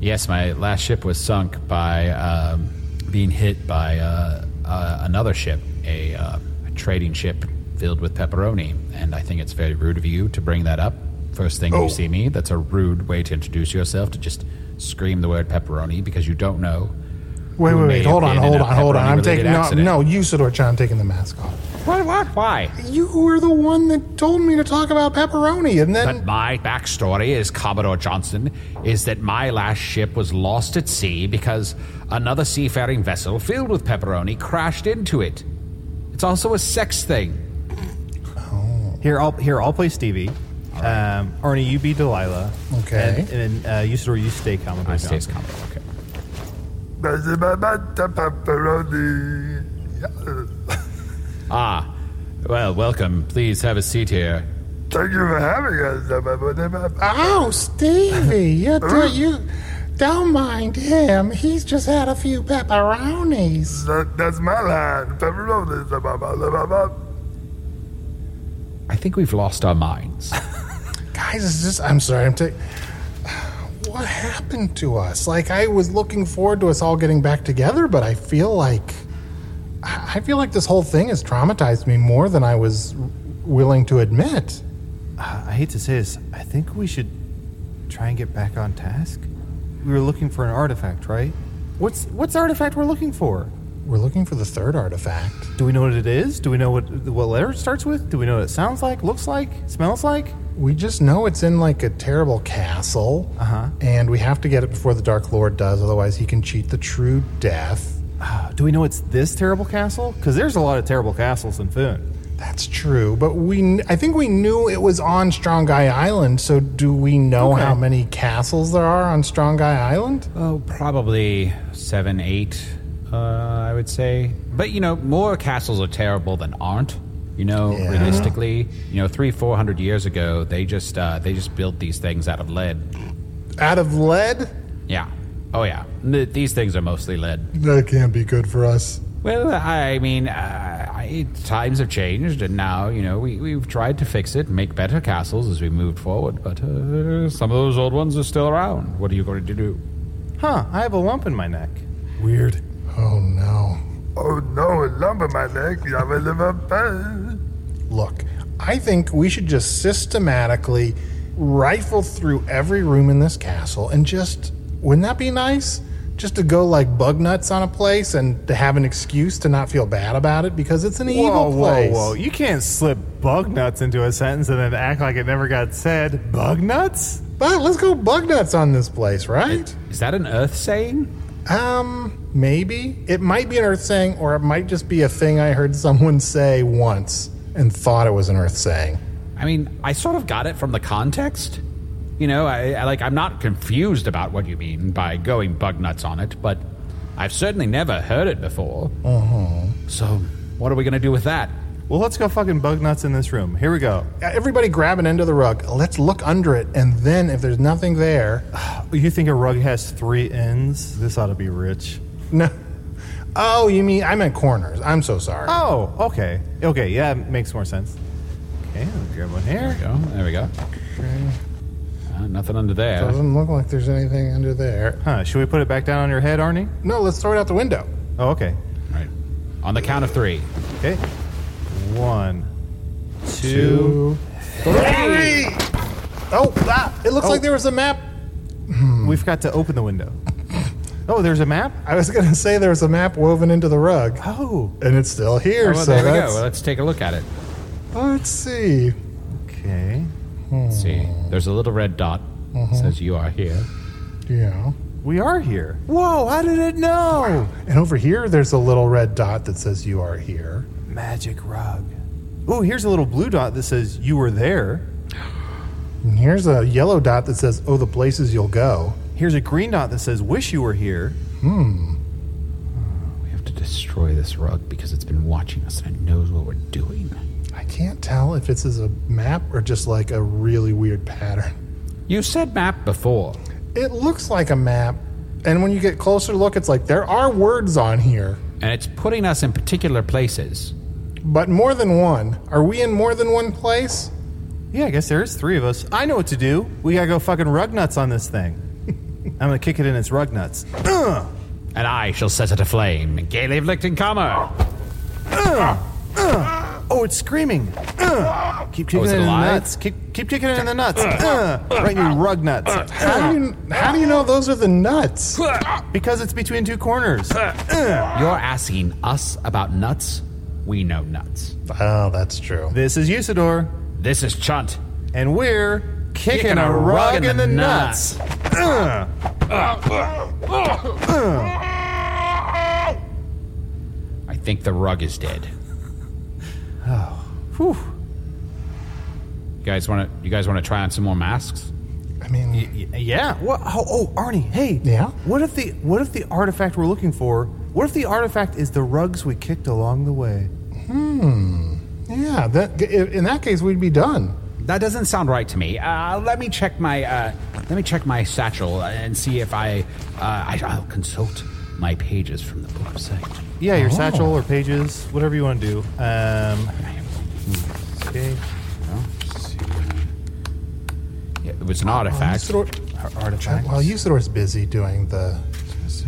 Speaker 4: Yes, my last ship was sunk by um, being hit by uh, uh, another ship, a, uh, a trading ship filled with pepperoni. And I think it's very rude of you to bring that up. First thing
Speaker 2: Oh.
Speaker 4: you see me, that's a rude way to introduce yourself, to just scream the word pepperoni because you don't know.
Speaker 2: Wait,
Speaker 4: who
Speaker 2: wait,
Speaker 4: may
Speaker 2: wait.
Speaker 4: have
Speaker 2: Hold on,
Speaker 4: been in
Speaker 2: hold
Speaker 4: a
Speaker 2: on, hold on. I'm
Speaker 4: pepperoni-related
Speaker 2: taking no,
Speaker 4: accident.
Speaker 2: no. You, Sidor John, taking the mask off.
Speaker 4: What? What? Why?
Speaker 2: You were the one that told me to talk about pepperoni, and then
Speaker 4: But my backstory is Commodore Johnson is that my last ship was lost at sea because another seafaring vessel filled with pepperoni crashed into it. It's also a sex thing.
Speaker 3: Here, I'll here I'll play Stevie. Um, Arnie, you be Delilah.
Speaker 2: Okay.
Speaker 3: And, and uh, Usador, you stay Commodore.
Speaker 4: I say it's
Speaker 3: Johnson.
Speaker 4: Commodore. Okay. Ah, well, welcome. Please have a seat here.
Speaker 7: Thank you for having us.
Speaker 2: oh, Stevie, you do you don't mind him. He's just had a few pepperonis.
Speaker 7: That, that's my line. Pepperoni.
Speaker 4: I think we've lost our minds.
Speaker 2: Guys, it's just I'm sorry. I'm taking. What happened to us? Like I was looking forward to us all getting back together, but I feel like I I feel like this whole thing has traumatized me more than I was willing to admit.
Speaker 3: I I hate to say this. I think we should try and get back on task. We were looking for an artifact, right? What's what's the artifact we're looking for?
Speaker 2: We're looking for the third artifact.
Speaker 3: Do we know what it is? Do we know what what letter it starts with? Do we know what it sounds like, looks like, smells like?
Speaker 2: We just know it's in like a terrible castle. Uh-huh. And we have to get it before the Dark Lord does, otherwise he can cheat the true death.
Speaker 3: Do we know it's this terrible castle? Because there's a lot of terrible castles in Foon.
Speaker 2: That's true, but we kn- I think we knew it was on Strong Guy Island, so do we know
Speaker 3: Okay.
Speaker 2: how many castles there are on Strong Guy Island?
Speaker 4: Oh, probably seven, eight, uh, I would say. But, you know, more castles are terrible than aren't. You know,
Speaker 2: Yeah.
Speaker 4: realistically, you know, three, four hundred years ago, they just uh, they just built these things out of lead.
Speaker 2: Out of lead?
Speaker 4: Yeah. Oh yeah. Th- these things are mostly lead.
Speaker 2: That can't be good for us.
Speaker 4: Well, I mean, uh, I, times have changed, and now you know we we've tried to fix it, make better castles as we moved forward. But uh, some of those old ones are still around. What are you going to do?
Speaker 3: Huh, I have a lump in my neck.
Speaker 2: Weird. Oh no.
Speaker 7: Oh no, a lump in my neck. Yabba-dabba-ba.
Speaker 2: Look, I think we should just systematically rifle through every room in this castle and just wouldn't that be nice? Just to go like bug nuts on a place and to have an excuse to not feel bad about it because it's an evil place.
Speaker 3: whoa, whoa! You can't slip bug nuts into a sentence and then act like it never got said. Bug nuts?
Speaker 2: But let's go bug nuts on this place, right?
Speaker 4: Is that an Earth saying?
Speaker 2: Um, maybe. It might be an earth saying, or it might just be a thing I heard someone say once and thought it was an earth saying.
Speaker 4: I mean, I sort of got it from the context. You know, I, I like I'm not confused about what you mean by going bug nuts on it, but I've certainly never heard it before. So, what are we going to do with that?
Speaker 3: Well, let's go fucking bug nuts in this room. Here we go.
Speaker 2: Everybody grab an end of the rug. Let's look under it, and then if there's nothing there,
Speaker 3: You think a rug has three ends? This ought to be rich.
Speaker 2: No. Oh, you mean I meant corners. I'm so sorry.
Speaker 3: Oh, okay. Okay, yeah, makes more sense. Okay, I'll grab one
Speaker 4: There
Speaker 3: here.
Speaker 4: we go. There we go. Uh, nothing under there.
Speaker 2: Doesn't look like there's anything under there.
Speaker 3: Huh, should we put it back down on your head, Arnie?
Speaker 2: No, let's throw it out the window.
Speaker 3: Oh, okay.
Speaker 4: Right. On the count of three.
Speaker 3: Okay. One, two.
Speaker 2: Three. Oh, ah, it looks like there was a map.
Speaker 3: We forgot to open the window. Oh, there's a map?
Speaker 2: I was gonna say there was a map woven into the rug,
Speaker 3: Oh.
Speaker 2: and it's still here.
Speaker 4: Well,
Speaker 2: so
Speaker 4: there we go.
Speaker 2: that's-
Speaker 4: Well, let's take a look at it.
Speaker 2: let's see.
Speaker 3: Okay.
Speaker 4: Let's see. There's a little red dot. Says you are here.
Speaker 2: Yeah.
Speaker 3: We are here.
Speaker 2: Whoa! How did it know? And over here, there's a little red dot that says you are here.
Speaker 3: Magic rug. Oh, here's a little blue dot that says you were there.
Speaker 2: And here's a yellow dot that says oh the places you'll go.
Speaker 3: Here's a green dot that says wish you were here.
Speaker 4: We have to destroy this rug because it's been watching us and it knows what we're doing.
Speaker 2: I can't tell if this is a map or just like a really weird pattern.
Speaker 4: You said map before.
Speaker 2: It looks like a map, and when you get closer look, it's like there are words on here,
Speaker 4: and it's putting us in particular places.
Speaker 2: but more than one. Are we in more than one place?
Speaker 3: Yeah, I guess there is three of us. I know what to do. We gotta go fucking rug nuts on this thing. I'm gonna kick it in its rug nuts.
Speaker 4: And I shall set it aflame. Gay live Lichtenkammer!
Speaker 3: Oh, it's screaming. Ugh. Keep kicking
Speaker 4: Oh, is
Speaker 3: it,
Speaker 4: it
Speaker 3: in the
Speaker 4: alive?
Speaker 3: nuts. Keep, keep kicking it in the nuts. Ugh. Right in your rug nuts.
Speaker 2: How do you how do you know those are the nuts? Uh.
Speaker 3: Because it's between two corners.
Speaker 4: You're asking us about nuts? We know nuts.
Speaker 2: Oh, that's true.
Speaker 3: This is Usador,
Speaker 4: This is Chunt.
Speaker 3: and we're kicking,
Speaker 4: Kicking
Speaker 3: a rug in, the nuts. Ugh.
Speaker 4: I think the rug is dead.
Speaker 3: Whew.
Speaker 4: You guys want to? You guys want to try on some more masks?
Speaker 2: I mean,
Speaker 3: Y- Yeah. What? Oh, oh, Arnie. Hey.
Speaker 2: Yeah?
Speaker 3: What if the What if the artifact we're looking for? What if the artifact is the rugs we kicked along the way?
Speaker 2: yeah. That in that case, we'd be done.
Speaker 4: That doesn't sound right to me. Uh, let me check my uh, let me check my satchel and see if I, uh, I I'll consult my pages from the book of sight.
Speaker 3: Yeah,
Speaker 2: Oh.
Speaker 3: your satchel or pages, whatever you want to do. Um,
Speaker 2: Hmm.
Speaker 3: okay.
Speaker 4: Yeah, it was an artifact.
Speaker 2: Usador, artifact. Well, Usador's busy doing the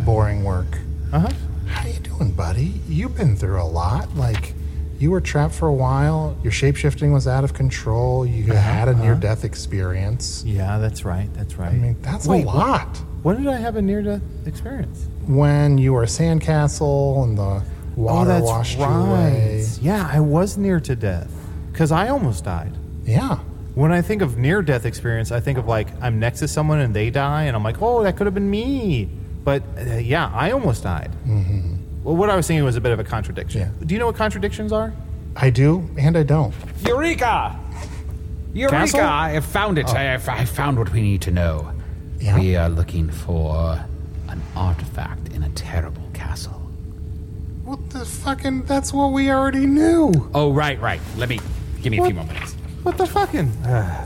Speaker 2: boring work.
Speaker 3: Uh huh.
Speaker 2: How you doing, buddy? You've been through a lot. Like, you were trapped for a while. Your shapeshifting was out of control. You had a near-death experience.
Speaker 3: Yeah, that's right. That's right.
Speaker 2: I mean, that's
Speaker 3: Wait,
Speaker 2: a
Speaker 3: what-
Speaker 2: lot.
Speaker 3: When did I have a near death experience?
Speaker 2: When you were a sandcastle and the water washed you away.
Speaker 3: Oh, Yeah, I was near to death because I almost died.
Speaker 2: Yeah.
Speaker 3: When I think of near death experience, I think of like I'm next to someone and they die, and I'm like, oh, that could have been me. But uh, yeah, I almost died. Mm-hmm. Well, what I was thinking was a bit of a contradiction.
Speaker 2: Yeah.
Speaker 3: Do you know what contradictions are?
Speaker 2: I do and I don't.
Speaker 4: Eureka! Eureka!
Speaker 3: Castle?
Speaker 4: I have found it. I, have, I found what we need to know.
Speaker 2: Yeah.
Speaker 4: We are looking for an artifact in a terrible castle.
Speaker 2: What the fucking? That's what we already knew.
Speaker 4: Oh, right, right. Let me give me a few more minutes.
Speaker 3: What the fucking?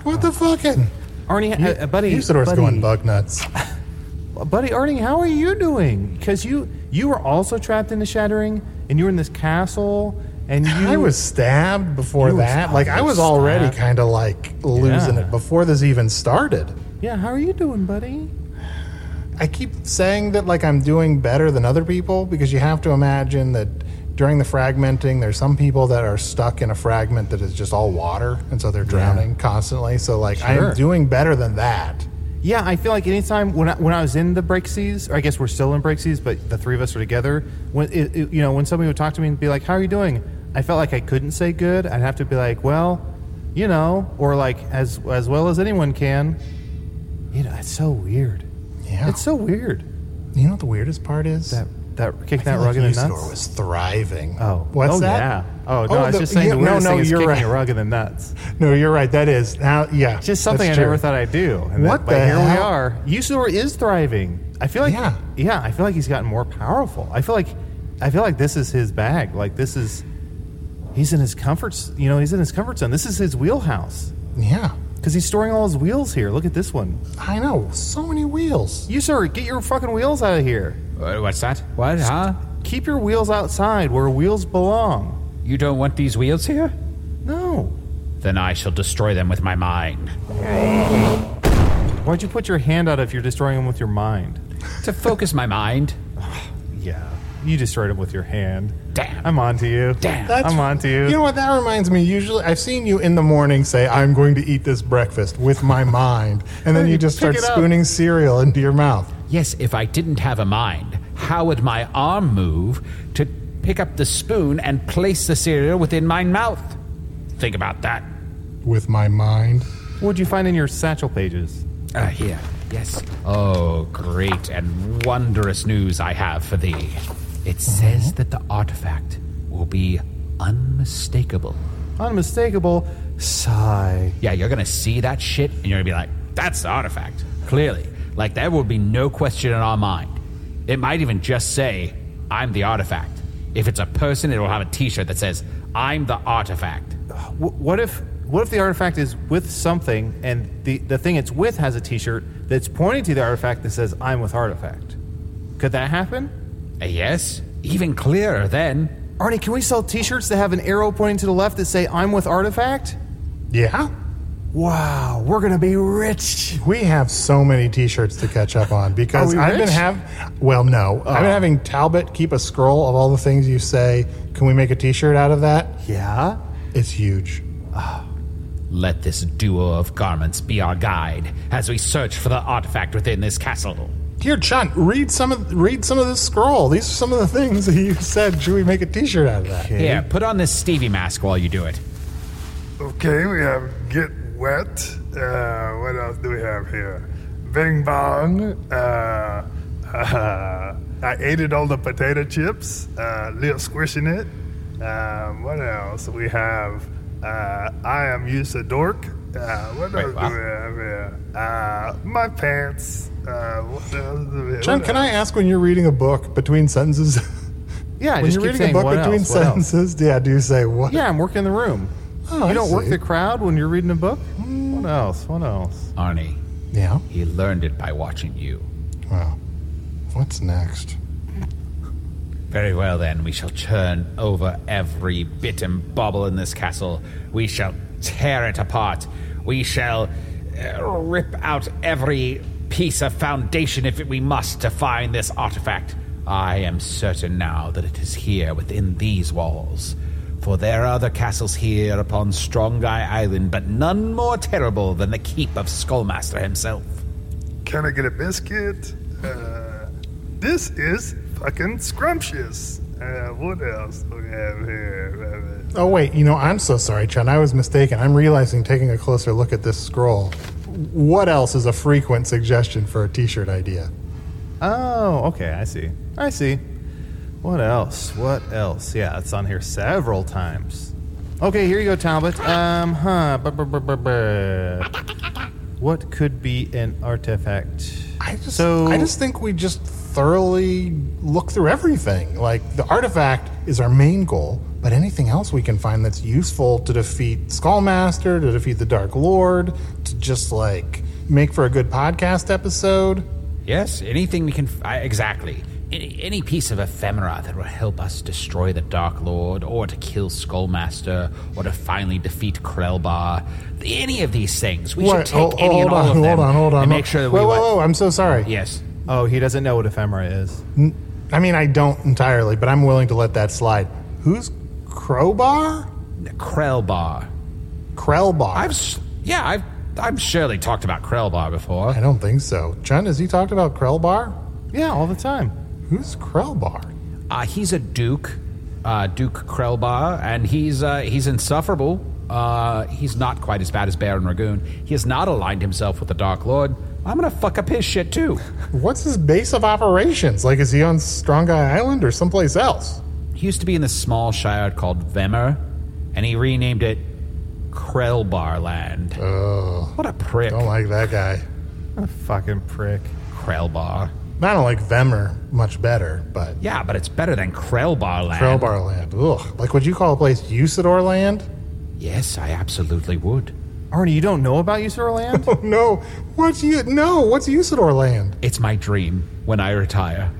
Speaker 2: What the fucking?
Speaker 3: Arnie, uh, uh, buddy,
Speaker 2: Usador's
Speaker 3: buddy,
Speaker 2: going bug nuts.
Speaker 3: buddy, Arnie, how are you doing? Because you you were also trapped in the shattering, and you were in this castle, and you
Speaker 2: I was stabbed before
Speaker 3: You were
Speaker 2: that.
Speaker 3: stabbed.
Speaker 2: like I
Speaker 3: You were
Speaker 2: was already
Speaker 3: stabbed.
Speaker 2: kind of like losing
Speaker 3: Yeah.
Speaker 2: it before this even started.
Speaker 3: yeah. How are you doing, buddy?
Speaker 2: I keep saying that like I'm doing better than other people because you have to imagine that during the fragmenting, there's some people that are stuck in a fragment that is just all water, and so they're drowning constantly. So like
Speaker 3: Sure.
Speaker 2: I'm doing better than that.
Speaker 3: Yeah, I feel like anytime when I, when I was in the Breaksies, or I guess we're still in Breaksies, but the three of us are together. When it, it- you know, when somebody would talk to me and be like, "How are you doing?" I felt like I couldn't say good. I'd have to be like, "Well, you know," or like as as well as anyone can. You know, it's so weird.
Speaker 2: Yeah.
Speaker 3: It's so weird
Speaker 2: You know what the weirdest part is?
Speaker 3: that that kick
Speaker 2: I
Speaker 3: that
Speaker 2: feel
Speaker 3: rug in the
Speaker 2: like
Speaker 3: nuts.
Speaker 2: Usador was thriving.
Speaker 3: oh,
Speaker 2: what's
Speaker 3: oh,
Speaker 2: that?
Speaker 3: Yeah. Oh no, I was
Speaker 2: the-
Speaker 3: just saying
Speaker 2: yeah,
Speaker 3: the weirdest
Speaker 2: no, no,
Speaker 3: thing is
Speaker 2: you're
Speaker 3: kicking
Speaker 2: right.
Speaker 3: a rug in the nuts.
Speaker 2: No, you're right. That is now. Yeah,
Speaker 3: Just something I
Speaker 2: that's
Speaker 3: never
Speaker 2: true.
Speaker 3: thought I'd do. And
Speaker 2: What
Speaker 3: that, but
Speaker 2: the
Speaker 3: here we
Speaker 2: hell?
Speaker 3: are. Usador is thriving. I feel like
Speaker 2: Yeah.
Speaker 3: yeah. I feel like he's gotten more powerful. I feel like I feel like this is his bag. Like this is he's in his comforts, you know, he's in his comfort zone. This is his wheelhouse.
Speaker 2: Yeah,
Speaker 3: Cuz he's storing all his wheels here. Look at this one.
Speaker 2: I know. So many wheels.
Speaker 3: Usador, get your fucking wheels out of here.
Speaker 4: Uh, What's that? What? Huh?
Speaker 3: Keep your wheels outside where wheels belong.
Speaker 4: You don't want these wheels here?
Speaker 3: No.
Speaker 4: Then I shall destroy them with my mind.
Speaker 3: Why'd you put your hand out if you're destroying them with your mind?
Speaker 4: to focus my mind.
Speaker 3: Yeah. You destroyed them with your hand.
Speaker 4: Damn.
Speaker 3: I'm on to you.
Speaker 4: Damn.
Speaker 2: That's-
Speaker 3: I'm on to
Speaker 2: You know what? That reminds me. Usually, I've seen you in the morning say, "I'm going to eat this breakfast with my mind," and then
Speaker 3: Hey,
Speaker 2: you just
Speaker 3: pick
Speaker 2: start
Speaker 3: it up.
Speaker 2: spooning cereal into your mouth.
Speaker 4: Yes, if I didn't have a mind, how would my arm move to pick up the spoon and place the cereal within my mouth? Think about that.
Speaker 2: With my mind,
Speaker 3: What'd you find in your satchel pages?
Speaker 4: Ah, here. Yes. Oh, great and wondrous news I have for thee. It says that the artifact will be unmistakable.
Speaker 3: Unmistakable. Sigh.
Speaker 4: Yeah, you're gonna see that shit and you're gonna be like, that's the artifact. Clearly. Like, there will be no question in our mind. It might even just say, I'm the artifact. If it's a person, it'll have a t shirt that says, I'm the artifact.
Speaker 3: W- what if what if the artifact is with something and the, the thing it's with has a t-shirt that's pointing to the artifact that says I'm with artifact? Could that happen?
Speaker 4: Uh, yes? Even clearer then.
Speaker 3: Arnie, can we sell t-shirts that have an arrow pointing to the left that say I'm with artifact?
Speaker 2: yeah.
Speaker 3: Wow, we're gonna be rich.
Speaker 2: We have so many T-shirts to catch up on because
Speaker 3: Are we
Speaker 2: I've been
Speaker 3: rich? Oh.
Speaker 2: have. Well, no, I've been having Talbot keep a scroll of all the things you say. Can we make a T-shirt out of that?
Speaker 3: Yeah.
Speaker 2: It's huge.
Speaker 4: Let this duo of garments be our guide as we search for the artifact within this castle.
Speaker 2: Here, John, read some of read some of this scroll. These are some of the things that you said. Should we make a T-shirt out of that?
Speaker 4: Here, put on this Stevie mask while you do it.
Speaker 7: Okay, we have Get Wet. Uh, what else do we have here? Bing Bong. Uh, I ate it all the potato chips, uh, lip squishing it. Um, what else? We have uh, I Am Used to Dork. Uh, what
Speaker 4: Wait,
Speaker 7: else
Speaker 4: what?
Speaker 7: do we have here? Uh, my pants. Uh, what else do we
Speaker 2: John,
Speaker 7: what
Speaker 2: can
Speaker 7: else?
Speaker 2: I ask when you're reading a book between sentences?
Speaker 3: Yeah,
Speaker 2: when
Speaker 3: just
Speaker 2: you're
Speaker 3: keep
Speaker 2: reading
Speaker 3: saying,
Speaker 2: a book
Speaker 3: "What else?
Speaker 2: between
Speaker 3: What else?"
Speaker 2: sentences, yeah, do you say what?
Speaker 3: Yeah, I'm working the room.
Speaker 2: Oh, I
Speaker 3: you don't work
Speaker 2: see.
Speaker 3: the crowd when you're reading a book? Hmm, What else? What else?
Speaker 4: Arnie,
Speaker 2: Yeah.
Speaker 4: he learned it by watching you.
Speaker 2: Wow. What's next?
Speaker 4: Very well, then, we shall churn over every bit and bobble in this castle. We shall tear it apart. We shall uh, rip out every piece of foundation if we must to find this artifact. I am certain now that it is here within these walls. For there are other castles here upon Strongai Island, but none more terrible than the keep of Skullmaster himself.
Speaker 7: Can I get a biscuit? Uh, this is fucking scrumptious. Uh, what else do we have here?
Speaker 2: Oh wait, you know, I'm so sorry, John. I was mistaken. I'm realizing taking a closer look at this scroll. What else is a frequent suggestion for a T-shirt idea?
Speaker 3: Oh, okay, I see. I see. What else? What else? Yeah, it's on here several times. Okay, here you go, Talbot. Um, huh. bu- bu- bu- bu- bu. What could be an artifact?
Speaker 2: I just,
Speaker 3: so
Speaker 2: I just think we just thoroughly look through everything. Like the artifact is our main goal, but anything else we can find that's useful to defeat Skullmaster, to defeat the Dark Lord, to just like make for a good podcast episode.
Speaker 4: Yes, anything we can. F- I- exactly. Any, any piece of ephemera that will help us destroy the Dark Lord, or to kill Skullmaster, or to finally defeat Krellbar. Any of these things. We should
Speaker 2: What?
Speaker 4: take
Speaker 2: Oh,
Speaker 4: any
Speaker 2: hold
Speaker 4: and all
Speaker 2: on,
Speaker 4: of them
Speaker 2: hold on, hold on.
Speaker 4: and make sure that
Speaker 2: whoa,
Speaker 4: we.
Speaker 2: whoa, whoa! I'm so sorry.
Speaker 4: Yes.
Speaker 3: oh, he doesn't know what ephemera is.
Speaker 2: I mean, I don't entirely, but I'm willing to let that slide. Who's Crowbar?
Speaker 4: Krellbar.
Speaker 2: Krellbar.
Speaker 4: I've. s- Yeah, I've. I've surely talked about Krellbar before.
Speaker 2: I don't think so. John, has he talked about Krellbar?
Speaker 3: Yeah, all the time.
Speaker 2: Who's Krellbar?
Speaker 4: Uh, he's a duke, uh, Duke Krellbar, and he's uh, he's insufferable. Uh, he's not quite as bad as Baron Ragoon. He has not aligned himself with the Dark Lord. I'm gonna fuck up his shit too.
Speaker 2: What's his base of operations? Like, is he on Strong Guy Island or someplace else?
Speaker 4: He used to be in this small shire called Vemer, and he renamed it Krellbar Land. what a prick,
Speaker 2: Oh. Don't like that guy.
Speaker 3: A fucking prick.
Speaker 4: Krellbar.
Speaker 2: I don't like Vemmer much better, but
Speaker 4: Yeah, but it's better than Krellbar Land.
Speaker 2: Krellbar Land. Ugh. Like, would you call a place Usador Land?
Speaker 4: Yes, I absolutely would.
Speaker 3: Arnie, you don't know about Usurland? Land?
Speaker 2: Oh no. What's you? No. What's Usador Land?
Speaker 4: It's my dream when I retire.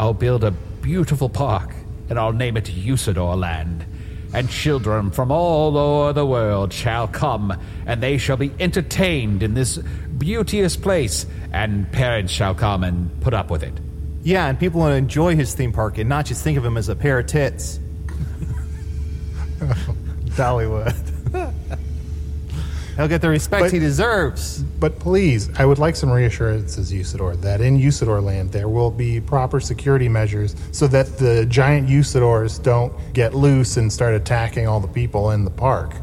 Speaker 4: I'll build a beautiful park and I'll name it Usador Land. And children from all o'er the world shall come and they shall be entertained in this beauteous place. And parents shall come and put up with it.
Speaker 3: Yeah, and people want to enjoy his theme park and not just think of him as a pair of tits. Dollywood. He'll get the respect
Speaker 2: But-
Speaker 3: he deserves.
Speaker 2: But please, I would like some reassurances, Usador, that in Usador Land there will be proper security measures so that the giant Usadors don't get loose and start attacking all the people in the park.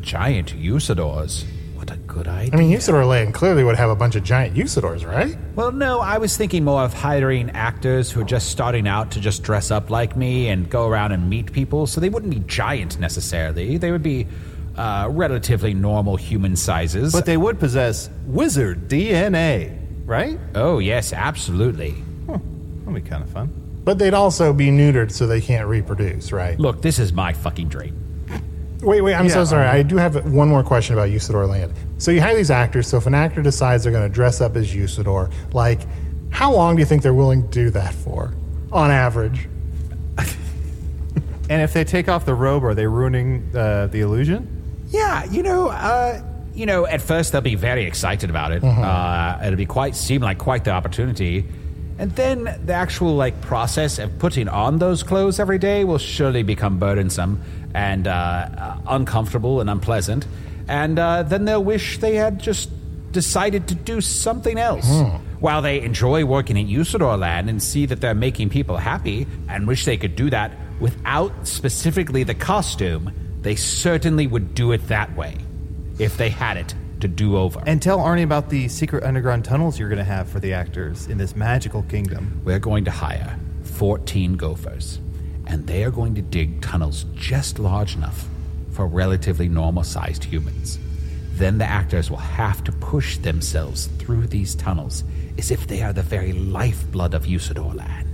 Speaker 4: Giant Usadors. What a good idea.
Speaker 2: I mean, Usador Land clearly would have a bunch of giant Usadors, right?
Speaker 4: Well, no, I was thinking more of hiring actors who are just starting out to just dress up like me and go around and meet people. So they wouldn't be giant necessarily. They would be uh, relatively normal human sizes.
Speaker 3: But they would possess wizard DNA, right?
Speaker 4: oh, yes, absolutely.
Speaker 3: That'll be kind of fun.
Speaker 2: But they'd also be neutered so they can't reproduce, right?
Speaker 4: Look, this is my fucking dream.
Speaker 2: Wait, wait, I'm so
Speaker 3: Yeah,
Speaker 2: sorry. I do have one more question about Usador Land. So you hire these actors, so if an actor decides they're going to dress up as Usador, like, how long do you think they're willing to do that for, on average?
Speaker 3: And if they take off the robe, are they ruining uh, the illusion?
Speaker 4: Yeah, you know, uh, you know, at first they'll be very excited about it. Uh, it'll be quite seem like quite the opportunity. And then the actual like process of putting on those clothes every day will surely become burdensome and uh, uh, uncomfortable and unpleasant. And uh, then they'll wish they had just decided to do something else. While they enjoy working at Usador Land and see that they're making people happy and wish they could do that without specifically the costume, they certainly would do it that way if they had it to do over.
Speaker 3: And tell Arnie about the secret underground tunnels you're going to have for the actors in this magical kingdom.
Speaker 4: We're going to hire 14 gophers, and they are going to dig tunnels just large enough for relatively normal sized humans. Then the actors will have to push themselves through these tunnels as if they are the very lifeblood of Usador Land.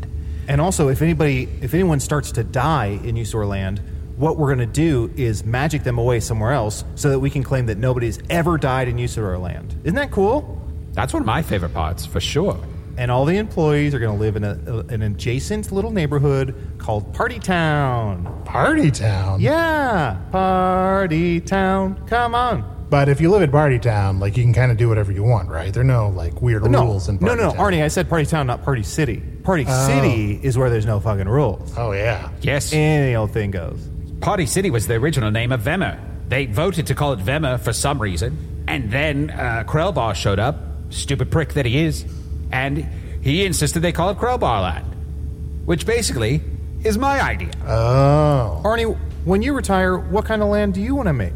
Speaker 3: And also, if anybody, if anyone starts to die in Usador Land, what we're going to do is magic them away somewhere else so that we can claim that nobody's ever died in Usador Land. Isn't that cool?
Speaker 4: That's one of my favorite parts, for sure.
Speaker 3: And all the employees are going to live in a, an adjacent little neighborhood called Party Town.
Speaker 2: Party Town?
Speaker 3: Yeah, Party Town. Come on.
Speaker 2: But if you live at Party Town, like you can kind of do whatever you want, right? There are no like weird
Speaker 3: No,
Speaker 2: rules in
Speaker 3: no,
Speaker 2: Party
Speaker 3: no,
Speaker 2: Town.
Speaker 3: Arnie, I said Party Town, not Party City. Party City is where there's no fucking rules.
Speaker 2: Oh yeah.
Speaker 4: Yes.
Speaker 3: Any old thing goes.
Speaker 4: Party City was the original name of Vemmer. They voted to call it Vemmer for some reason, and then uh, Krellbar showed up, stupid prick that he is, and he insisted they call it Krellbar Land, which basically is my idea.
Speaker 2: Oh,
Speaker 3: Arnie, when you retire, what kind of land do you want to make?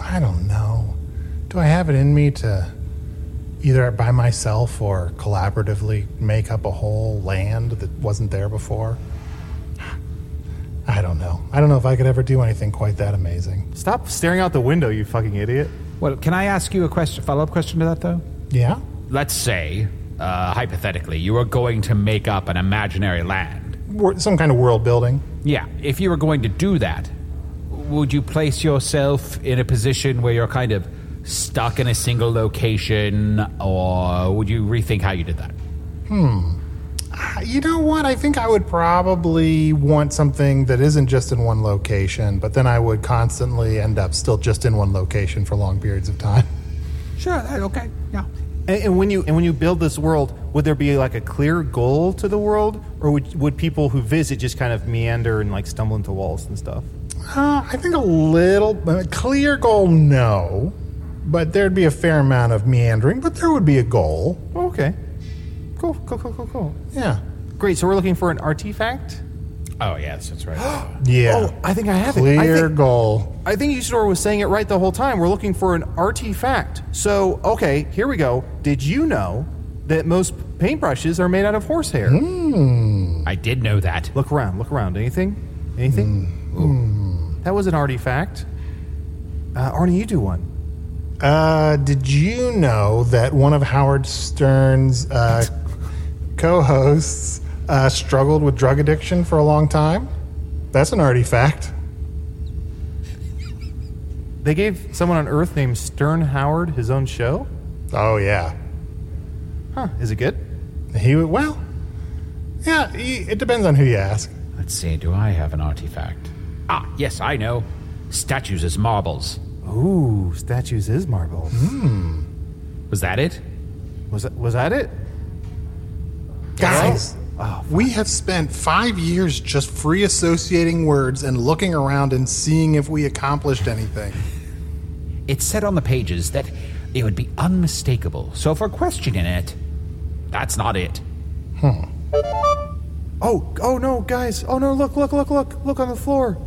Speaker 2: I don't know. Do I have it in me to either by myself or collaboratively make up a whole land that wasn't there before? I don't know. I don't know if I could ever do anything quite that amazing.
Speaker 3: Stop staring out the window, you fucking idiot.
Speaker 4: Well, can I ask you a question, follow up question to that though?
Speaker 2: Yeah.
Speaker 4: Let's say, uh, hypothetically, you were going to make up an imaginary land.
Speaker 2: Wor- Some kind of world building.
Speaker 4: Yeah, if you were going to do that, would you place yourself in a position where you're kind of stuck in a single location, or would you rethink how you did that?
Speaker 2: You know what? I think I would probably want something that isn't just in one location, but then I would constantly end up still just in one location for long periods of time.
Speaker 4: Sure, okay, yeah.
Speaker 3: And, and when you and when you build this world, would there be like a clear goal to the world, or would would people who visit just kind of meander and like stumble into walls and stuff?
Speaker 2: Uh, I think a little a clear goal, no, but there'd be a fair amount of meandering, but there would be a goal.
Speaker 3: Okay, cool, cool, cool, cool, cool.
Speaker 2: Yeah.
Speaker 3: Great. So we're looking for an artifact.
Speaker 4: Oh, yes, that's right.
Speaker 2: Yeah.
Speaker 3: Oh, I think I have it. I
Speaker 2: clear
Speaker 3: think,
Speaker 2: goal.
Speaker 3: I think Usador was saying it right the whole time. We're looking for an artifact. So okay, here we go. Did you know that most paintbrushes are made out of horsehair?
Speaker 4: I did know that.
Speaker 3: Look around. Look around. Anything? Anything? That was an artifact. Uh, Arnie, you do one.
Speaker 2: Uh, did you know that one of Howard Stern's uh, co hosts uh, struggled with drug addiction for a long time? That's an artifact.
Speaker 3: They gave someone on Earth named Stern Howard his own show.
Speaker 2: Oh, yeah.
Speaker 3: Huh? Is it good?
Speaker 2: He, w- well, yeah, he, it depends on who you ask.
Speaker 4: Let's see, do I have an artifact? Ah, yes, I know. Statues as marbles.
Speaker 3: Ooh, statues is marble.
Speaker 4: Was that it?
Speaker 3: Was that, was that it?
Speaker 2: Guys, we have spent five years just free associating words and looking around and seeing if we accomplished anything.
Speaker 4: It said on the pages that it would be unmistakable, so if we're questioning it, that's not it.
Speaker 3: Oh, oh no, guys! Oh no, look, look, look, look, look on the floor.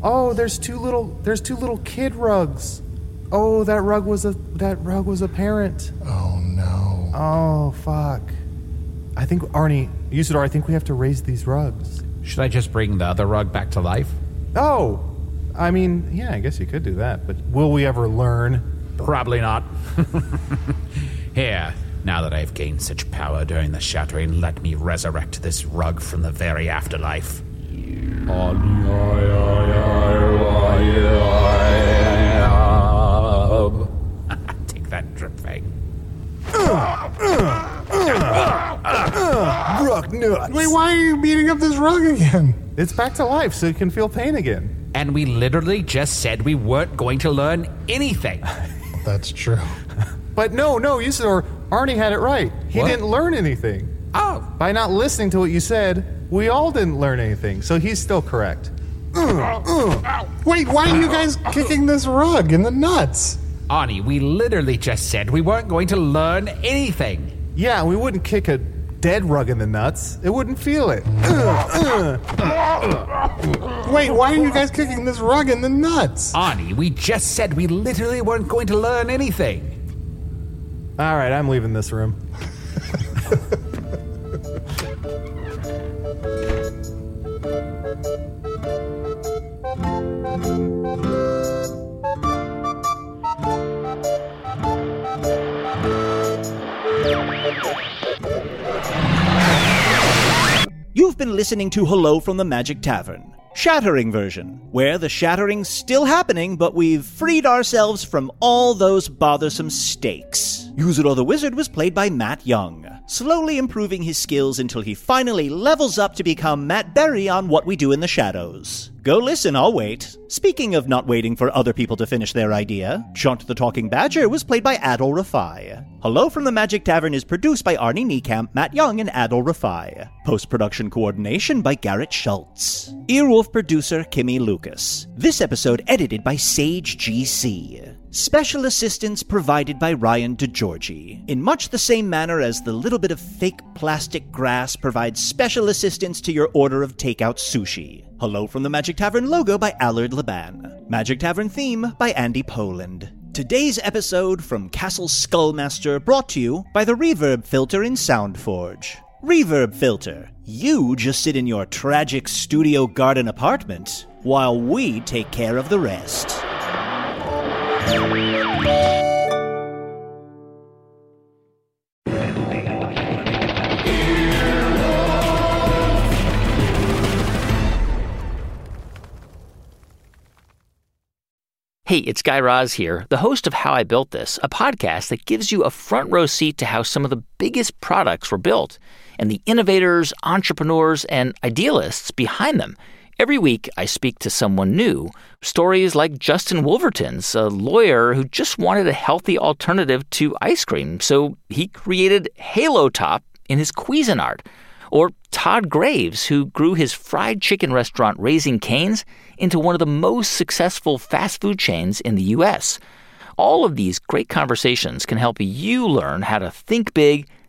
Speaker 3: Oh, there's two little, there's two little kid rugs. Oh, that rug was a, that rug was a parent.
Speaker 2: Oh no.
Speaker 3: Oh fuck. I think Arnie, Usador, I think we have to raise these rugs.
Speaker 4: Should I just bring the other rug back to life?
Speaker 3: Oh, I mean, yeah, I guess you could do that, but will we ever learn?
Speaker 4: Probably not. Here, now that I have gained such power during the shattering, let me resurrect this rug from the very afterlife. Take that drip thing.
Speaker 3: Rug nuts.
Speaker 2: Wait, why are you beating up this rug again?
Speaker 3: It's back to life, so you can feel pain again.
Speaker 4: And we literally just said we weren't going to learn anything.
Speaker 2: That's true.
Speaker 3: But no, no, Usador, Arnie had it right. He
Speaker 4: What?
Speaker 3: didn't learn anything.
Speaker 4: Oh,
Speaker 3: By not listening to what you said, we all didn't learn anything, so he's still correct.
Speaker 2: Wait, why are you guys kicking this rug in the nuts?
Speaker 4: Arnie, we literally just said we weren't going to learn anything.
Speaker 3: Yeah, we wouldn't kick a dead rug in the nuts. It wouldn't feel it. Ugh, ugh.
Speaker 2: Wait, why are you guys kicking this rug in the nuts?
Speaker 4: Arnie, we just said we literally weren't going to learn anything.
Speaker 3: All right, I'm leaving this room.
Speaker 1: You've been listening to Hello from the Magic Tavern, Shattering version, where the shattering's still happening, but we've freed ourselves from all those bothersome stakes. Yuzuro the Wizard was played by Matt Young, slowly improving his skills until he finally levels up to become Matt Berry on What We Do in the Shadows. Go listen, I'll wait. Speaking of not waiting for other people to finish their idea, Chunt the Talking Badger was played by Adol Rafai. Hello from the Magic Tavern is produced by Arnie Niekamp, Matt Young, and Adol Rafai. Post production coordination by Garrett Schultz. Earwolf producer Kimmy Lucas. This episode edited by Sage GC. Special assistance provided by Ryan DeGiorgi. In much the same manner as the little bit of fake plastic grass provides special assistance to your order of takeout sushi. Hello from the Magic Tavern logo by Allard Laban. Magic Tavern theme by Andy Poland. Today's episode from Castle Skullmaster brought to you by the Reverb Filter in Soundforge. Reverb Filter, you just sit in your tragic studio garden apartment while we take care of the rest.
Speaker 8: Hey, it's Guy Raz here, the host of How I Built This, a podcast that gives you a front row seat to how some of the biggest products were built and the innovators, entrepreneurs, and idealists behind them. Every week, I speak to someone new. Stories like Justin Wolverton's, a lawyer who just wanted a healthy alternative to ice cream, so he created Halo Top in his Cuisinart. Or Todd Graves, who grew his fried chicken restaurant Raising Canes into one of the most successful fast food chains in the U.S. All of these great conversations can help you learn how to think big,